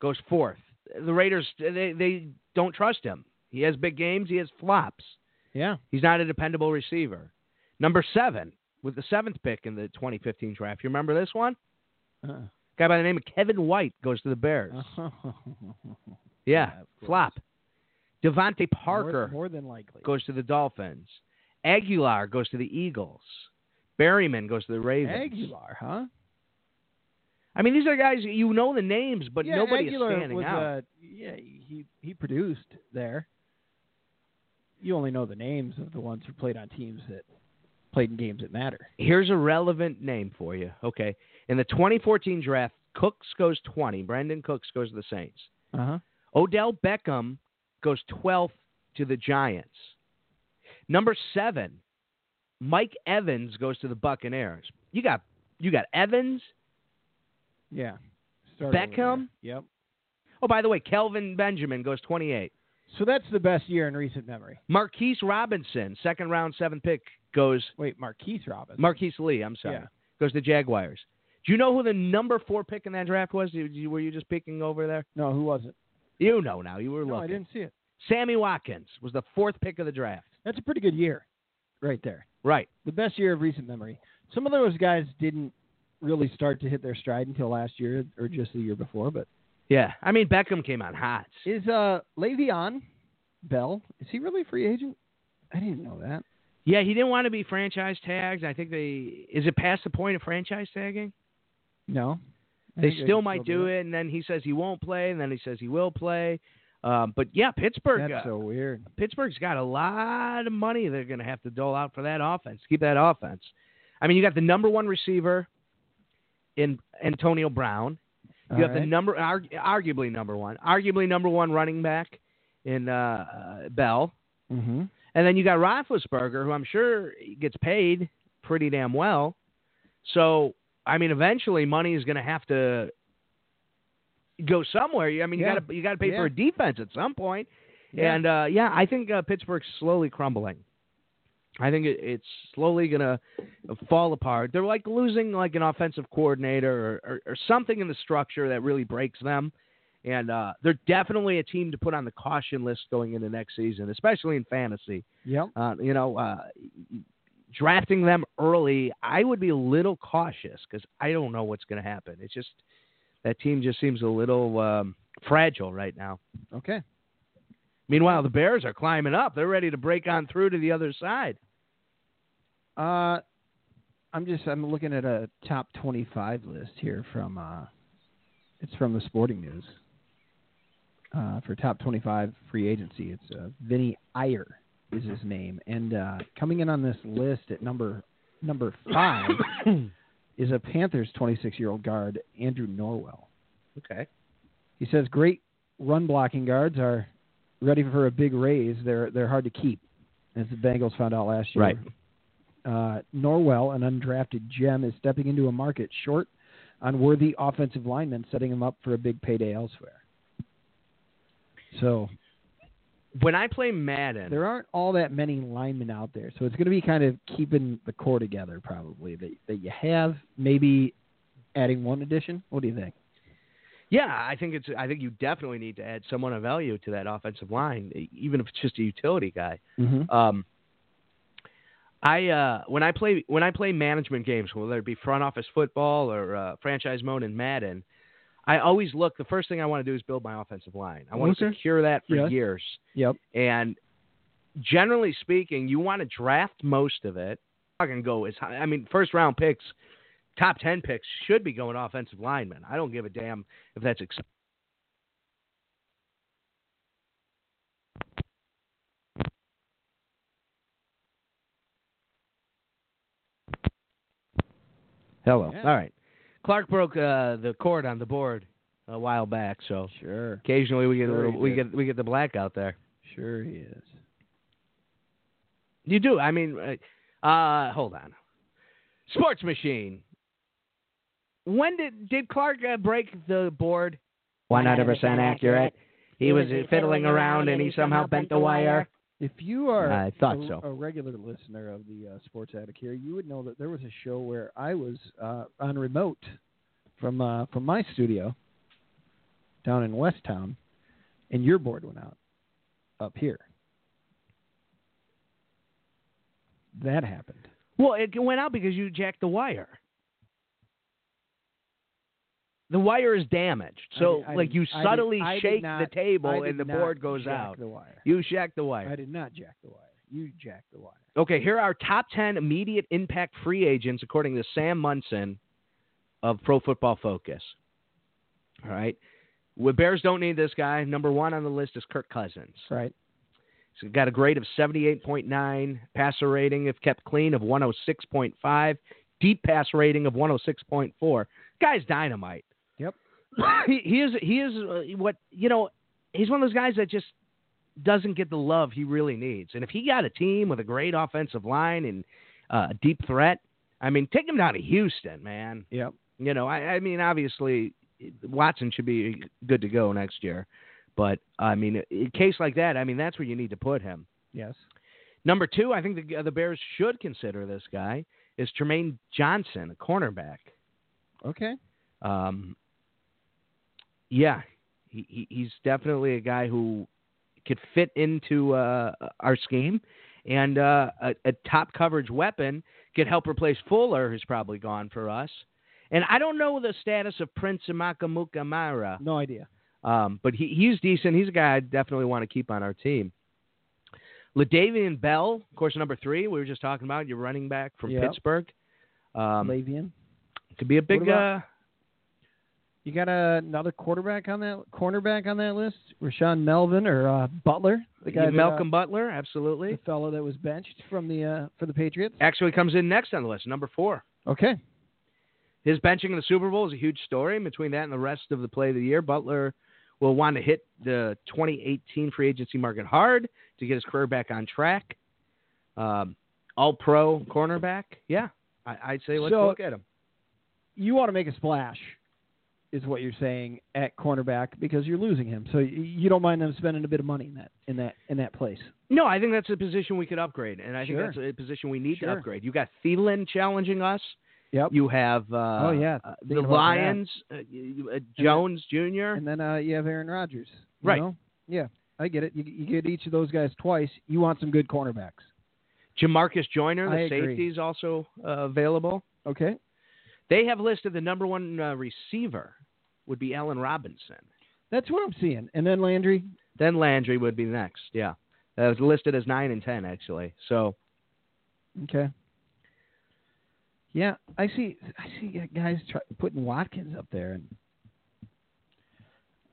[SPEAKER 3] goes fourth. The Raiders they they don't trust him. He has big games. He has flops.
[SPEAKER 4] Yeah.
[SPEAKER 3] He's not a dependable receiver. Number seven with the seventh pick in the 2015 draft. You remember this one?
[SPEAKER 4] Uh,
[SPEAKER 3] Guy by the name of Kevin White goes to the Bears. yeah,
[SPEAKER 4] Oh, yeah, of course.
[SPEAKER 3] flop. Devontae
[SPEAKER 4] More-
[SPEAKER 3] Parker
[SPEAKER 4] More, than likely.
[SPEAKER 3] goes to the Dolphins. Aguilar goes to the Eagles. Berryman goes to the Ravens.
[SPEAKER 4] Aguilar, huh?
[SPEAKER 3] I mean, these are guys you know the names, but
[SPEAKER 4] yeah,
[SPEAKER 3] nobody
[SPEAKER 4] Aguilar
[SPEAKER 3] is standing
[SPEAKER 4] was
[SPEAKER 3] out.
[SPEAKER 4] A, yeah, he he produced there. You only know the names of the ones who played on teams that played in games that matter.
[SPEAKER 3] Here's a relevant name for you. Okay. In the 2014 draft, Cooks goes 20. Brandon Cooks goes to the Saints.
[SPEAKER 4] Uh huh.
[SPEAKER 3] Odell Beckham goes 12th to the Giants. Number 7, Mike Evans goes to the Buccaneers. You got you got Evans.
[SPEAKER 4] Yeah. Start over there.
[SPEAKER 3] Beckham?
[SPEAKER 4] Yep.
[SPEAKER 3] Oh, by the way, Kelvin Benjamin goes 28.
[SPEAKER 4] So that's the best year in recent memory.
[SPEAKER 3] Marquise Robinson, second round, seventh pick, goes
[SPEAKER 4] Wait, Marquise Robinson.
[SPEAKER 3] Marquise Lee, I'm sorry,
[SPEAKER 4] Yeah.
[SPEAKER 3] goes to Jaguars. Do you know who the number four pick in that draft was? Did you- Were you just picking over there?
[SPEAKER 4] No, who was it?
[SPEAKER 3] You know now. You were
[SPEAKER 4] No, I
[SPEAKER 3] looking.
[SPEAKER 4] didn't see it.
[SPEAKER 3] Sammy Watkins was the fourth pick of the draft.
[SPEAKER 4] That's a pretty good year, right there.
[SPEAKER 3] Right.
[SPEAKER 4] The best year of recent memory. Some of those guys didn't really start to hit their stride until last year or just the year before. But
[SPEAKER 3] Yeah. I mean, Beckham came on hot.
[SPEAKER 4] is uh Le'Veon Bell? Is he really a free agent? I didn't know that.
[SPEAKER 3] Yeah, he didn't want to be franchise tagged. I think they is it past the point of franchise tagging?
[SPEAKER 4] No. I
[SPEAKER 3] They
[SPEAKER 4] think
[SPEAKER 3] still
[SPEAKER 4] can
[SPEAKER 3] might
[SPEAKER 4] still
[SPEAKER 3] do it, and then he says he won't play, and then he says he will play. Um, but yeah, Pittsburgh.
[SPEAKER 4] That's
[SPEAKER 3] uh,
[SPEAKER 4] so weird.
[SPEAKER 3] Pittsburgh's got a lot of money they're going to have to dole out for that offense. Keep that offense. I mean, you got the number one receiver in Antonio Brown. You
[SPEAKER 4] All
[SPEAKER 3] have the
[SPEAKER 4] right.
[SPEAKER 3] number, arg- arguably number one, arguably number one running back in uh, uh, Bell,
[SPEAKER 4] Mhm.
[SPEAKER 3] and then you got Roethlisberger, who I'm sure gets paid pretty damn well. So, I mean, eventually, money is going to have to go somewhere. You- I mean,
[SPEAKER 4] Yeah.
[SPEAKER 3] you got to you got to pay
[SPEAKER 4] Yeah.
[SPEAKER 3] for a defense at some point.
[SPEAKER 4] Yeah.
[SPEAKER 3] And uh, yeah, I think uh, Pittsburgh's slowly crumbling. I think it, it's slowly gonna fall apart. They're like losing like an offensive coordinator or, or, or something in the structure that really breaks them. And uh, they're definitely a team to put on the caution list going into next season, especially in fantasy.
[SPEAKER 4] Yep.
[SPEAKER 3] Uh, you know, uh, drafting them early, I would be a little cautious because I don't know what's going to happen. It's just that team just seems a little um, fragile right now.
[SPEAKER 4] Okay.
[SPEAKER 3] Meanwhile, the Bears are climbing up. They're ready to break on through to the other side.
[SPEAKER 4] Uh, I'm just I'm looking at a top 25 list here from uh, it's from the Sporting News. Uh, for top 25 free agency, it's uh, Vinny Iyer is his name, and uh, coming in on this list at number number five is a Panthers 26 year old guard Andrew Norwell.
[SPEAKER 3] Okay.
[SPEAKER 4] He says great run blocking guards are ready for a big raise. They're they're hard to keep, as the Bengals found out last year.
[SPEAKER 3] Right.
[SPEAKER 4] Uh, Norwell, an undrafted gem, is stepping into a market short on worthy offensive linemen, setting him up for a big payday elsewhere. So
[SPEAKER 3] When I play Madden,
[SPEAKER 4] there aren't all that many linemen out there. So it's going to be kind of keeping the core together, probably that that you have. Maybe adding one addition. What do you think?
[SPEAKER 3] yeah, I think it's. I think you definitely need to add someone of value to that offensive line, e- even if it's just a utility guy.
[SPEAKER 4] Mm-hmm.
[SPEAKER 3] Um, I uh, when I play when I play management games, whether it be front office football or uh, franchise mode in Madden, I always look. The first thing I want to do is build my offensive line. I want to
[SPEAKER 4] Okay.
[SPEAKER 3] secure that for
[SPEAKER 4] Yeah.
[SPEAKER 3] years.
[SPEAKER 4] Yep.
[SPEAKER 3] And generally speaking, you want to draft most of it. I can go as high. I mean, first round picks, top ten picks should be going offensive linemen. I don't give a damn if that's ex- Hello.
[SPEAKER 4] Yeah.
[SPEAKER 3] All right. Clark broke uh, the cord on the board a while back, so
[SPEAKER 4] Sure.
[SPEAKER 3] occasionally we get a
[SPEAKER 4] Sure
[SPEAKER 3] little
[SPEAKER 4] he
[SPEAKER 3] we
[SPEAKER 4] did.
[SPEAKER 3] get we get the black out there.
[SPEAKER 4] Sure he is.
[SPEAKER 3] You do. I mean, uh, uh, hold on. Sports machine. When did did Clark uh, break the board?
[SPEAKER 9] 100% accurate. He was fiddling around and he somehow bent the wire.
[SPEAKER 4] If you are
[SPEAKER 9] I thought
[SPEAKER 4] a,
[SPEAKER 9] so.
[SPEAKER 4] a regular listener of the uh, Sports Attic here, you would know that there was a show where I was uh, on remote from uh, from my studio down in Westtown, and your board went out up here. That happened.
[SPEAKER 3] Well, it went out because you jacked the wire. The wire is damaged, so
[SPEAKER 4] I- I
[SPEAKER 3] like you
[SPEAKER 4] didn't- I did-
[SPEAKER 3] subtly
[SPEAKER 4] I did
[SPEAKER 3] shake
[SPEAKER 4] not-
[SPEAKER 3] the
[SPEAKER 4] I
[SPEAKER 3] table
[SPEAKER 4] did
[SPEAKER 3] and the
[SPEAKER 4] not
[SPEAKER 3] board goes
[SPEAKER 4] jack
[SPEAKER 3] out.
[SPEAKER 4] The wire.
[SPEAKER 3] You jacked the wire.
[SPEAKER 4] I did not jack the wire. You jacked the wire.
[SPEAKER 3] Okay, here are top 10 immediate impact free agents, according to Sam Munson of Pro Football Focus. All right. The Bears don't need this guy. Number one on the list is Kirk Cousins.
[SPEAKER 4] Right.
[SPEAKER 3] He's got a grade of 78.9, passer rating, if kept clean, of 106.5, deep pass rating of 106.4. Guy's dynamite.
[SPEAKER 4] Yep.
[SPEAKER 3] he, he is, he is uh, what, you know, he's one of those guys that just doesn't get the love he really needs. And if he got a team with a great offensive line and uh, a deep threat, I mean, take him down to Houston, man.
[SPEAKER 4] Yep.
[SPEAKER 3] You know, I, I mean, obviously, Watson should be good to go next year. But, I mean, in a case like that, I mean, that's where you need to put him.
[SPEAKER 4] Yes.
[SPEAKER 3] Number two, I think the, the Bears should consider this guy is Tremaine Johnson, a cornerback.
[SPEAKER 4] Okay.
[SPEAKER 3] Um, yeah, he, he, he's definitely a guy who could fit into uh, our scheme, and uh, a, a top coverage weapon could help replace Fuller, who's probably gone for us. And I don't know the status of Prince Amakamukamara.
[SPEAKER 4] No idea.
[SPEAKER 3] Um, but he, he's decent. He's a guy I definitely want to keep on our team. Ladavian Bell, of course, number three. We were just talking about your running back from
[SPEAKER 4] Yeah.
[SPEAKER 3] Pittsburgh. Um,
[SPEAKER 4] Le'Veon.
[SPEAKER 3] could be a big.
[SPEAKER 4] What about-
[SPEAKER 3] uh,
[SPEAKER 4] You got uh, another quarterback on that cornerback on that list? Rashawn Melvin or uh, Butler? The guy that, uh,
[SPEAKER 3] Malcolm Butler,
[SPEAKER 4] the
[SPEAKER 3] absolutely.
[SPEAKER 4] fellow that was benched from the uh, for the Patriots.
[SPEAKER 3] Actually, comes in next on the list, number four.
[SPEAKER 4] Okay.
[SPEAKER 3] His benching in the Super Bowl is a huge story. And Between that and the rest of the play of the year, Butler will want to hit the 2018 free agency market hard to get his career back on track. Um, all pro cornerback. Yeah, I, I'd say let's
[SPEAKER 4] So-
[SPEAKER 3] look at him.
[SPEAKER 4] You want to make a splash, is what you're saying at cornerback because you're losing him, so y- you don't mind them spending a bit of money in that in that in that place.
[SPEAKER 3] No, I think that's a position we could upgrade, and I
[SPEAKER 4] Sure.
[SPEAKER 3] think that's a position we need
[SPEAKER 4] Sure.
[SPEAKER 3] to upgrade. You got Thielen challenging us.
[SPEAKER 4] Yep.
[SPEAKER 3] You have uh,
[SPEAKER 4] Oh, yeah.
[SPEAKER 3] uh, the
[SPEAKER 4] Thinking about that.
[SPEAKER 3] Lions, uh, you- uh, Jones Jr.
[SPEAKER 4] and then uh, you have Aaron Rodgers. you
[SPEAKER 3] Right.
[SPEAKER 4] know? Yeah, I get it. You, you get each of those guys twice. You want some good cornerbacks.
[SPEAKER 3] Jamarcus Joyner,
[SPEAKER 4] I
[SPEAKER 3] the
[SPEAKER 4] agree.
[SPEAKER 3] safety, is also uh, available.
[SPEAKER 4] Okay.
[SPEAKER 3] They have listed the number one uh, receiver would be Allen Robinson.
[SPEAKER 4] That's what I'm seeing. And then Landry.
[SPEAKER 3] Then Landry would be next. Yeah, that was listed as nine and ten actually. So
[SPEAKER 4] Okay. Yeah, I see. I see guys try, putting Watkins up there, and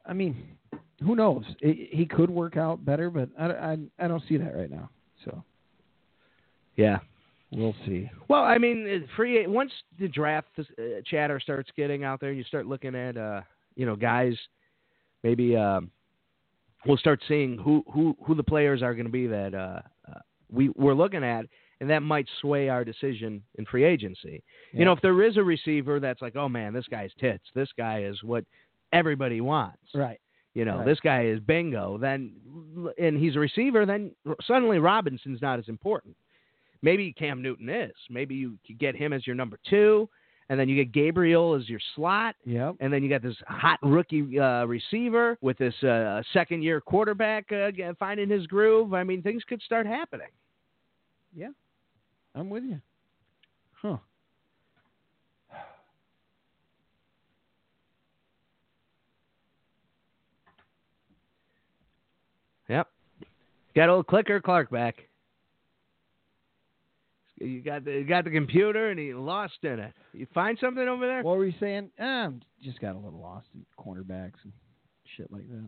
[SPEAKER 4] I mean, who knows? It, he could work out better, but I, I, I don't see that right now. So
[SPEAKER 3] yeah.
[SPEAKER 4] we'll see.
[SPEAKER 3] Well, I mean, uh, free once the draft uh, chatter starts getting out there, you start looking at uh, you know guys. Maybe um, we'll start seeing who who who the players are going to be that uh, uh, we we're looking at, and that might sway our decision in free agency.
[SPEAKER 4] Yeah.
[SPEAKER 3] You know, if there is a receiver that's like, oh man, this guy's tits, this guy is what everybody wants.
[SPEAKER 4] Right.
[SPEAKER 3] You know,
[SPEAKER 4] right.
[SPEAKER 3] this guy is bingo. Then, and he's a receiver. Then suddenly Robinson's not as important maybe Cam Newton is. Maybe you could get him as your number two, and then you get Gabriel as your slot,
[SPEAKER 4] Yep.
[SPEAKER 3] and then you got this hot rookie uh, receiver with this uh, second year quarterback uh, g- finding his groove. I mean, things could start happening.
[SPEAKER 4] I'm with you. Huh.
[SPEAKER 3] Yep. Got old Clicker Clark back. You got the you got the computer and he lost in it. You find something over there?
[SPEAKER 4] What were you saying? Ah, just got a little lost in cornerbacks and shit like that.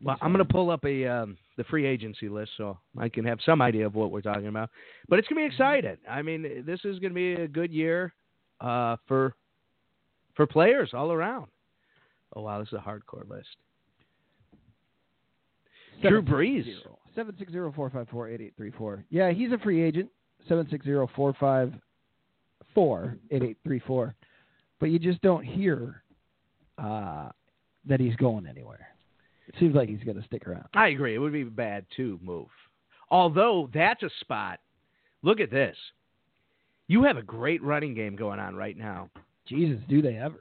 [SPEAKER 3] Well, I'm going to pull up a um, the free agency list so I can have some idea of what we're talking about. But it's going to be exciting. I mean, this is going to be a good year uh, for for players all around. Oh wow, this is a hardcore list. Drew Brees.
[SPEAKER 4] Seven six zero four five four eight eight three four. Yeah, he's a free agent. Seven six zero four five four eight eight three four. But you just don't hear uh, that he's going anywhere. It seems like he's going to stick around.
[SPEAKER 3] I agree. It would be bad to move. Although that's a spot. Look at this. You have a great running game going on right now.
[SPEAKER 4] Jesus, do they ever?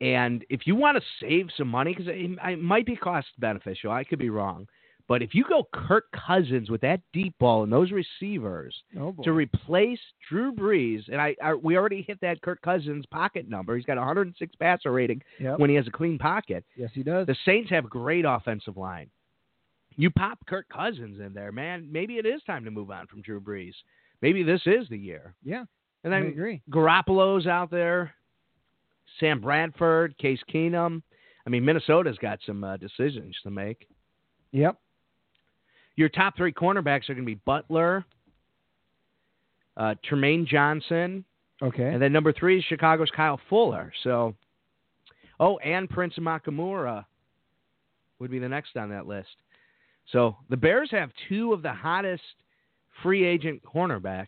[SPEAKER 3] And if you want to save some money, because it, it might be cost beneficial, I could be wrong. But if you go Kirk Cousins with that deep ball and those receivers
[SPEAKER 4] Oh boy.
[SPEAKER 3] to replace Drew Brees, and I, I we already hit that Kirk Cousins pocket number. He's got 106 passer rating
[SPEAKER 4] Yep.
[SPEAKER 3] when he has a clean pocket.
[SPEAKER 4] yes, he does.
[SPEAKER 3] The Saints have great offensive line. You pop Kirk Cousins in there, man. Maybe it is time to move on from Drew Brees. Maybe this is the year.
[SPEAKER 4] Yeah,
[SPEAKER 3] And
[SPEAKER 4] I
[SPEAKER 3] then
[SPEAKER 4] agree.
[SPEAKER 3] Garoppolo's out there, Sam Bradford, Case Keenum. I mean, Minnesota's got some uh, decisions to make.
[SPEAKER 4] Yep.
[SPEAKER 3] Your top three cornerbacks are going to be Butler, uh, Tremaine Johnson,
[SPEAKER 4] Okay.
[SPEAKER 3] and then number three is Chicago's Kyle Fuller. So, oh, and Prince Makamura would be the next on that list. So the Bears have two of the hottest free agent cornerbacks.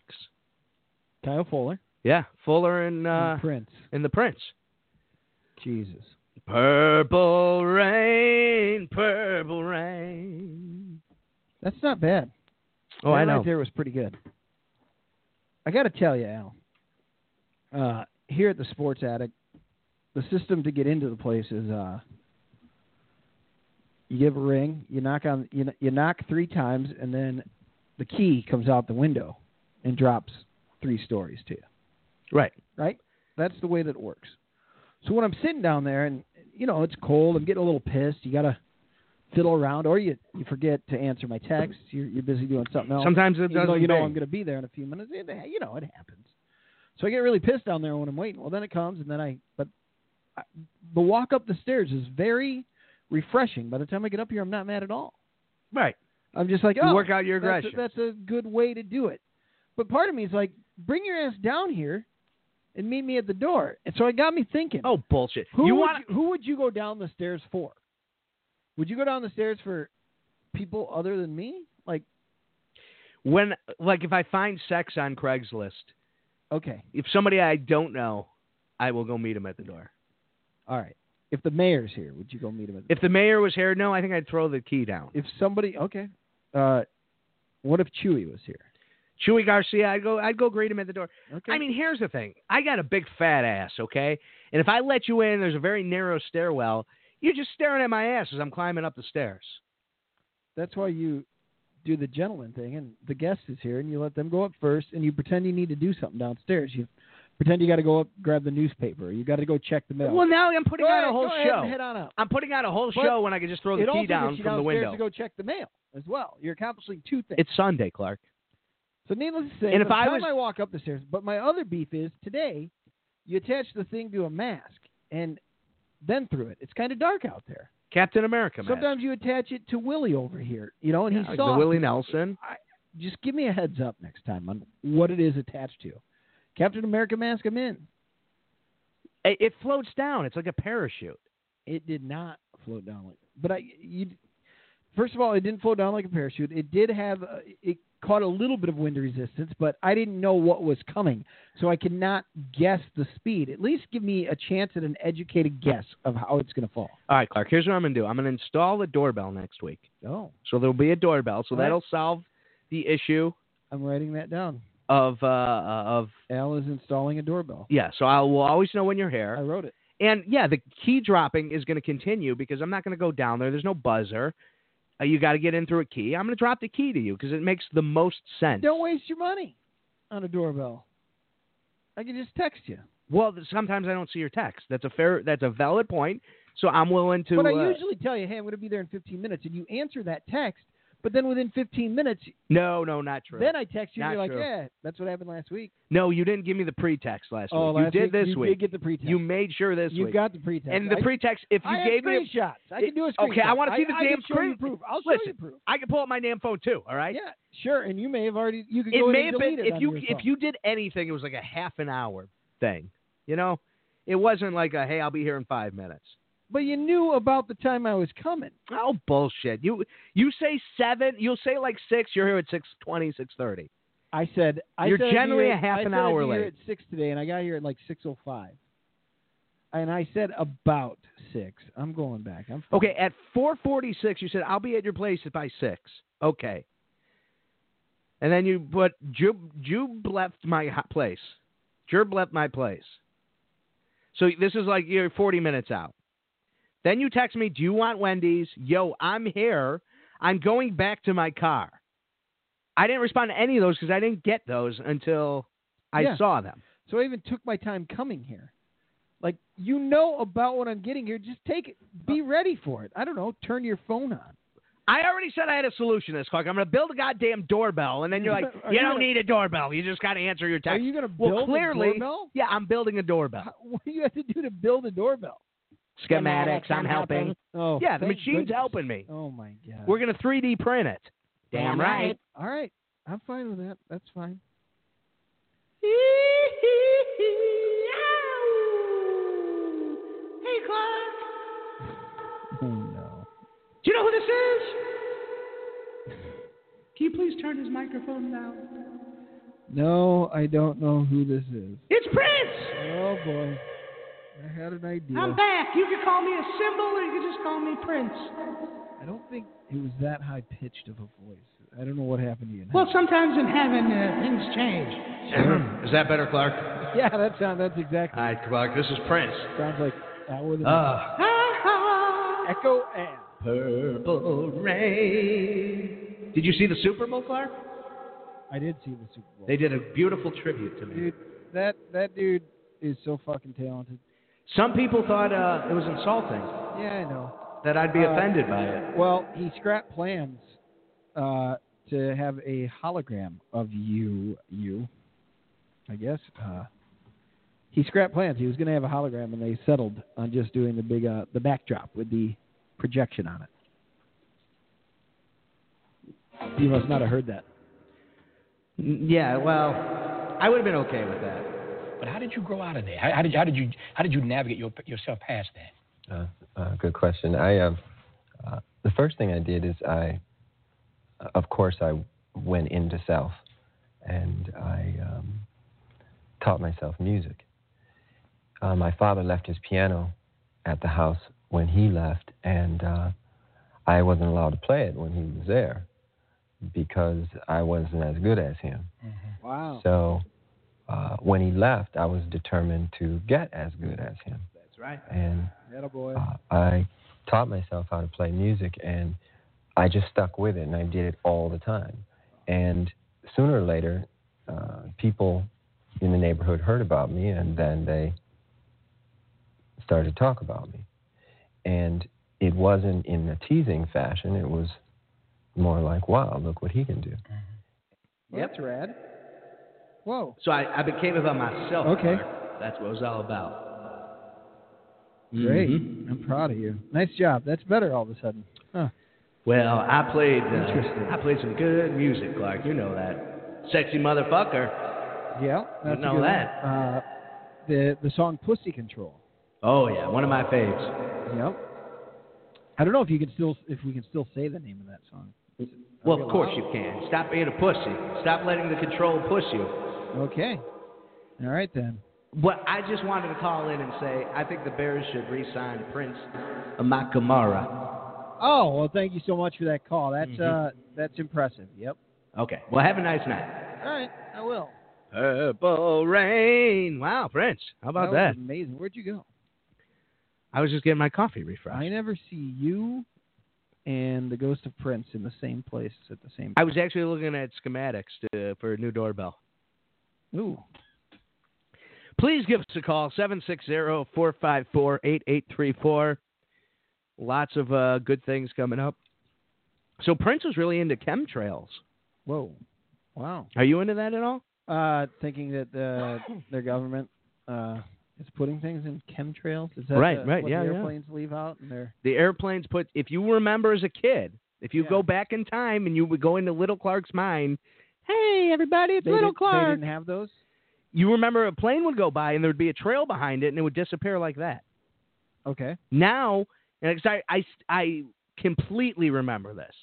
[SPEAKER 4] Kyle Fuller,
[SPEAKER 3] Yeah, Fuller and uh,
[SPEAKER 4] and Prince.
[SPEAKER 3] and the Prince.
[SPEAKER 4] Jesus.
[SPEAKER 3] Purple rain, purple rain.
[SPEAKER 4] That's not bad.
[SPEAKER 3] Oh,
[SPEAKER 4] that
[SPEAKER 3] I know.
[SPEAKER 4] Right there was pretty good. I got to tell you, Al. Uh, here at the Sports Attic, the system to get into the place is uh, you give a ring, you knock on, you, kn- you knock three times, and then the key comes out the window and drops three stories to you.
[SPEAKER 3] Right.
[SPEAKER 4] Right. That's the way that it works. So when I'm sitting down there, and you know it's cold, I'm getting a little pissed. You gotta fiddle around, or you you forget to answer my texts. You're, you're busy doing something else.
[SPEAKER 3] Sometimes it
[SPEAKER 4] Even though
[SPEAKER 3] doesn't
[SPEAKER 4] you know
[SPEAKER 3] ding.
[SPEAKER 4] I'm going to be there in a few minutes. It, you know, it happens. So I get really pissed down there when I'm waiting. Well, then it comes, and then I. But I, the walk up the stairs is very refreshing. By the time I get up here, I'm not mad at all.
[SPEAKER 3] Right.
[SPEAKER 4] I'm just like,
[SPEAKER 3] You
[SPEAKER 4] oh,
[SPEAKER 3] work out your
[SPEAKER 4] that's a-
[SPEAKER 3] aggression.
[SPEAKER 4] That's a, good way to do it. But part of me is like, bring your ass down here and meet me at the door. And so it got me thinking.
[SPEAKER 3] Oh, bullshit.
[SPEAKER 4] Who
[SPEAKER 3] you
[SPEAKER 4] would
[SPEAKER 3] want?
[SPEAKER 4] you, who would you go down the stairs for? Would you go down the stairs for people other than me? Like,
[SPEAKER 3] when like if I find sex on Craigslist,
[SPEAKER 4] okay,
[SPEAKER 3] if somebody I don't know, I will go meet him at the door.
[SPEAKER 4] all right. If the mayor's here, would you go meet him? At the
[SPEAKER 3] If the mayor was here, no, I think I'd throw the key down.
[SPEAKER 4] if somebody, okay. Uh, what if Chewy was here?
[SPEAKER 3] Chewy Garcia, I'd go. I'd go greet him at the door.
[SPEAKER 4] Okay.
[SPEAKER 3] I mean, here's the thing. I got a big fat ass, okay? And if I let you in, there's a very narrow stairwell. You're just staring at my ass as I'm climbing up the stairs.
[SPEAKER 4] that's why you do the gentleman thing, and the guest is here, and you let them go up first, and you pretend you need to do something downstairs. You pretend you got to go up, grab the newspaper, or you got to go check the mail.
[SPEAKER 3] Well, now I'm putting
[SPEAKER 4] go
[SPEAKER 3] on
[SPEAKER 4] ahead,
[SPEAKER 3] a whole
[SPEAKER 4] go ahead and
[SPEAKER 3] show.
[SPEAKER 4] head on up.
[SPEAKER 3] I'm putting out a whole
[SPEAKER 4] But
[SPEAKER 3] show when I can just throw the
[SPEAKER 4] it also
[SPEAKER 3] key
[SPEAKER 4] gets
[SPEAKER 3] down
[SPEAKER 4] you
[SPEAKER 3] from the
[SPEAKER 4] downstairs
[SPEAKER 3] window.
[SPEAKER 4] to go check the mail as well. You're accomplishing two things.
[SPEAKER 3] It's Sunday, Clark.
[SPEAKER 4] So needless to say, by
[SPEAKER 3] And if
[SPEAKER 4] the
[SPEAKER 3] I
[SPEAKER 4] time
[SPEAKER 3] was-
[SPEAKER 4] I walk up the stairs, but my other beef is today, you attach the thing to a mask and then through it. It's kind of dark out there.
[SPEAKER 3] Captain America, man.
[SPEAKER 4] Sometimes you attach it to Willie over here, you know, and
[SPEAKER 3] yeah,
[SPEAKER 4] he's
[SPEAKER 3] like
[SPEAKER 4] soft.
[SPEAKER 3] the Willie Nelson.
[SPEAKER 4] Just give me a heads up next time on what it is attached to. Captain America mask, I'm in.
[SPEAKER 3] It, it floats down. It's like a parachute.
[SPEAKER 4] It did not float down like, but I you. First of all, it didn't float down like a parachute. It did have uh, it caught a little bit of wind resistance, but I didn't know what was coming, so I could not guess the speed. At least give me a chance at an educated guess of how it's going to fall.
[SPEAKER 3] All right, Clark. Here's what I'm gonna do. I'm gonna install a doorbell next week.
[SPEAKER 4] Oh,
[SPEAKER 3] So there'll be a doorbell. So
[SPEAKER 4] All right.
[SPEAKER 3] that'll solve the issue
[SPEAKER 4] I'm writing that down.
[SPEAKER 3] of uh, uh, of
[SPEAKER 4] Al is installing a doorbell.
[SPEAKER 3] yeah. So I will always know when you're here.
[SPEAKER 4] I wrote it.
[SPEAKER 3] And yeah, the key dropping is going to continue because I'm not going to go down there. There's no buzzer. Uh, you got to get in through a key. I'm going to drop the key to you because it makes the most sense.
[SPEAKER 4] Don't waste your money on a doorbell. I can just text you.
[SPEAKER 3] Well, th- sometimes I don't see your text. That's a fair. That's a valid point. So I'm willing to.
[SPEAKER 4] But I
[SPEAKER 3] uh,
[SPEAKER 4] usually tell you, hey, I'm going to be there in 15 minutes, and you answer that text. But then within 15 minutes,
[SPEAKER 3] no, no, not true.
[SPEAKER 4] then I text you, and
[SPEAKER 3] Not
[SPEAKER 4] you're like,
[SPEAKER 3] true.
[SPEAKER 4] yeah, that's what happened last week.
[SPEAKER 3] no, you didn't give me the pretext last
[SPEAKER 4] oh,
[SPEAKER 3] week.
[SPEAKER 4] last
[SPEAKER 3] you did this
[SPEAKER 4] you
[SPEAKER 3] week.
[SPEAKER 4] did get the pretext.
[SPEAKER 3] you made sure this
[SPEAKER 4] you
[SPEAKER 3] week.
[SPEAKER 4] got the pretext.
[SPEAKER 3] and the
[SPEAKER 4] I,
[SPEAKER 3] pretext. If you
[SPEAKER 4] I have
[SPEAKER 3] gave me, a,
[SPEAKER 4] screenshots. I can do a screenshot.
[SPEAKER 3] Okay, I wanna see the
[SPEAKER 4] I can
[SPEAKER 3] damn
[SPEAKER 4] show you
[SPEAKER 3] screen-
[SPEAKER 4] proof. I'll show you
[SPEAKER 3] Listen,
[SPEAKER 4] proof.
[SPEAKER 3] I can pull up my damn phone too. All right.
[SPEAKER 4] Yeah, sure. And you may have already. You could
[SPEAKER 3] it
[SPEAKER 4] go in
[SPEAKER 3] may
[SPEAKER 4] and
[SPEAKER 3] have been
[SPEAKER 4] delete it
[SPEAKER 3] if
[SPEAKER 4] on
[SPEAKER 3] you
[SPEAKER 4] your
[SPEAKER 3] if
[SPEAKER 4] phone.
[SPEAKER 3] you did anything, it was like a half an hour thing. You know, it wasn't like a hey, I'll be here in five minutes.
[SPEAKER 4] But you knew about the time I was coming.
[SPEAKER 3] Oh bullshit! You you say seven, you'll say like six. You're here at six twenty, six thirty.
[SPEAKER 4] I said I
[SPEAKER 3] You're
[SPEAKER 4] said I'd be
[SPEAKER 3] generally
[SPEAKER 4] here-
[SPEAKER 3] a half
[SPEAKER 4] I
[SPEAKER 3] an
[SPEAKER 4] said I'd
[SPEAKER 3] hour
[SPEAKER 4] be here
[SPEAKER 3] late.
[SPEAKER 4] at six today, and I got here at like six oh five. and I said about six. I'm going back. I'm fine.
[SPEAKER 3] Okay, at 4:46, you said I'll be at your place by six. Okay. And then you put Jub Jub left my ho- place. Jub left my place. So this is like you're 40 minutes out. Then you text me, "Do you want Wendy's?" Yo, I'm here. I'm going back to my car. I didn't respond to any of those because I didn't get those until I
[SPEAKER 4] Yeah.
[SPEAKER 3] saw them.
[SPEAKER 4] So I even took my time coming here. Like you know about what I'm getting here. Just take it.
[SPEAKER 3] Uh,
[SPEAKER 4] Be ready for it. I don't know. Turn your phone on.
[SPEAKER 3] I already said I had a solution to this, Clark. I'm going to build a goddamn doorbell, and then you're like,
[SPEAKER 4] Are
[SPEAKER 3] you,
[SPEAKER 4] you
[SPEAKER 3] don't
[SPEAKER 4] gonna-
[SPEAKER 3] need a doorbell. You just got to answer your
[SPEAKER 4] Are
[SPEAKER 3] text.
[SPEAKER 4] you going to
[SPEAKER 3] well,
[SPEAKER 4] build
[SPEAKER 3] clearly,
[SPEAKER 4] a doorbell?
[SPEAKER 3] yeah, I'm building a doorbell.
[SPEAKER 4] How- What do you have to do to build a doorbell?
[SPEAKER 9] Schematics, I'm helping.
[SPEAKER 4] Oh,
[SPEAKER 3] yeah, the
[SPEAKER 4] thank
[SPEAKER 3] machine's
[SPEAKER 4] goodness.
[SPEAKER 3] helping me.
[SPEAKER 4] Oh my god.
[SPEAKER 3] We're going to 3D print it.
[SPEAKER 9] Damn right.
[SPEAKER 4] All right. I'm fine with that. That's fine. Oh no.
[SPEAKER 3] Do you know who this is? Can you please turn his microphone down?
[SPEAKER 4] No, I don't know who this is.
[SPEAKER 3] It's Prince!
[SPEAKER 4] Oh boy. I had an idea.
[SPEAKER 3] I'm back. You can call me a symbol, or you can just call me Prince.
[SPEAKER 4] I don't think it was that high pitched of a voice. I don't know what happened to you.
[SPEAKER 9] Well, sometimes in heaven uh, things change.
[SPEAKER 3] Is that better, Clark?
[SPEAKER 4] yeah, that sound that's exactly.
[SPEAKER 3] Hi, Clark. This is Prince.
[SPEAKER 4] Sounds like hour the
[SPEAKER 3] Uh,
[SPEAKER 4] echo and
[SPEAKER 3] purple rain. Did you see the Super Bowl, Clark?
[SPEAKER 4] I did see the Super Bowl.
[SPEAKER 3] They did a beautiful tribute to me.
[SPEAKER 4] dude, that that dude is so fucking talented.
[SPEAKER 3] Some people thought uh, it was insulting
[SPEAKER 4] Yeah, I know.
[SPEAKER 3] that I'd be
[SPEAKER 4] Uh,
[SPEAKER 3] offended by it.
[SPEAKER 4] Well, he scrapped plans uh, to have a hologram of you, you, I guess. Uh, he scrapped plans. He was going to have a hologram, and they settled on just doing the big uh, the backdrop with the projection on it. You must not have heard that.
[SPEAKER 3] Mm, Yeah, well, I would have been okay with that.
[SPEAKER 10] But how did you grow out of that? How, how did you, how did you how did you navigate your, yourself past that?
[SPEAKER 11] Uh, uh, good question. I um, uh, the first thing I did is I, of course, I went into self, and I um, taught myself music. Uh, my father left his piano at the house when he left, and uh, I wasn't allowed to play it when he was there because I wasn't as good as him.
[SPEAKER 4] Wow.
[SPEAKER 11] So uh, when he left, I was determined to get as good as him.
[SPEAKER 3] That's right.
[SPEAKER 11] And
[SPEAKER 4] That boy.
[SPEAKER 11] uh, I taught myself how to play music and I just stuck with it and I did it all the time. And sooner or later, uh, people in the neighborhood heard about me and then they started to talk about me. And it wasn't in a teasing fashion, it was more like, wow, look what he can do.
[SPEAKER 4] Well, That's rad. Whoa.
[SPEAKER 3] So I, I became about myself.
[SPEAKER 4] Okay.
[SPEAKER 3] Clark. That's what it was all about.
[SPEAKER 4] Great.
[SPEAKER 3] Mhm.
[SPEAKER 4] I'm proud of you. Nice job. That's better all of a sudden. Huh.
[SPEAKER 3] Well, I played.
[SPEAKER 4] Interesting.
[SPEAKER 3] Uh, I played some good music, Clark. You know that. Sexy motherfucker.
[SPEAKER 4] Yeah. That's a
[SPEAKER 3] know
[SPEAKER 4] good one.
[SPEAKER 3] that.
[SPEAKER 4] Uh, the, the song Pussy Control.
[SPEAKER 3] Oh yeah, one of my faves.
[SPEAKER 4] Yep. I don't know if you can still if we can still say the name of that song.
[SPEAKER 3] Well, of course you can. Stop being a pussy. Stop letting the control push you.
[SPEAKER 4] Okay. All right then.
[SPEAKER 3] But I just wanted to call in and say I think the Bears should re-sign Prince Amakamara.
[SPEAKER 4] Oh well, thank you so much for that call. That's
[SPEAKER 3] Mm-hmm.
[SPEAKER 4] uh that's impressive. Yep.
[SPEAKER 3] Okay. Well, have a nice night.
[SPEAKER 4] All right, I will.
[SPEAKER 3] Purple rain. Wow, Prince. How about that?
[SPEAKER 4] was amazing. Where'd you go?
[SPEAKER 3] I was just getting my coffee refreshed.
[SPEAKER 4] I never see you and the Ghost of Prince in the same place at the same.
[SPEAKER 3] I was actually looking at schematics to, for a new doorbell.
[SPEAKER 4] Ooh.
[SPEAKER 3] please give us a call 760-454-8834 lots of uh, good things coming up so prince was really into chemtrails
[SPEAKER 4] Whoa. Wow.
[SPEAKER 3] are you into that at all
[SPEAKER 4] Uh, thinking that the, their government uh is putting things in chemtrails. Is that
[SPEAKER 3] Right,
[SPEAKER 4] the-
[SPEAKER 3] right,
[SPEAKER 4] what
[SPEAKER 3] yeah,
[SPEAKER 4] the
[SPEAKER 3] yeah.
[SPEAKER 4] airplanes leave out and they're
[SPEAKER 3] the airplanes put if you remember as a kid if you
[SPEAKER 4] Yeah.
[SPEAKER 3] go back in time and you would go into little clark's mind hey everybody it's
[SPEAKER 4] they
[SPEAKER 3] little
[SPEAKER 4] didn't- They
[SPEAKER 3] clark
[SPEAKER 4] didn't have those.
[SPEAKER 3] you remember a plane would go by and there would be a trail behind it and it would disappear like that
[SPEAKER 4] Okay.
[SPEAKER 3] now and 'cause I, I, I completely remember this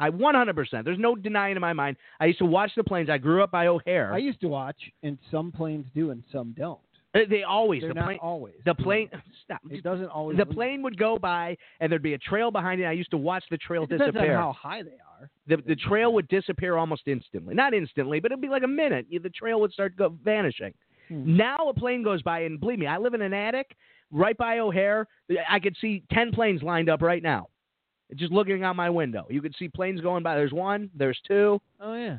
[SPEAKER 3] I 100%. There's no denying in my mind. I used to watch the planes. I grew up by O'Hare.
[SPEAKER 4] I used to watch, and some planes do and some don't.
[SPEAKER 3] Uh, They always
[SPEAKER 4] They're
[SPEAKER 3] the
[SPEAKER 4] not
[SPEAKER 3] plane
[SPEAKER 4] always.
[SPEAKER 3] the plane stop.
[SPEAKER 4] It doesn't always.
[SPEAKER 3] The plane would go by and there'd be a trail behind it. I used to watch the trail
[SPEAKER 4] It depends on
[SPEAKER 3] disappear.
[SPEAKER 4] how high they are.
[SPEAKER 3] the the trail would disappear almost instantly. Not instantly, but it'd be like a minute. The trail would start go, vanishing. Now a plane goes by, and believe me, I live in an attic right by O'Hare. I could see ten planes lined up right now, just looking out my window. You could see planes going by. There's one. There's two.
[SPEAKER 4] Oh yeah,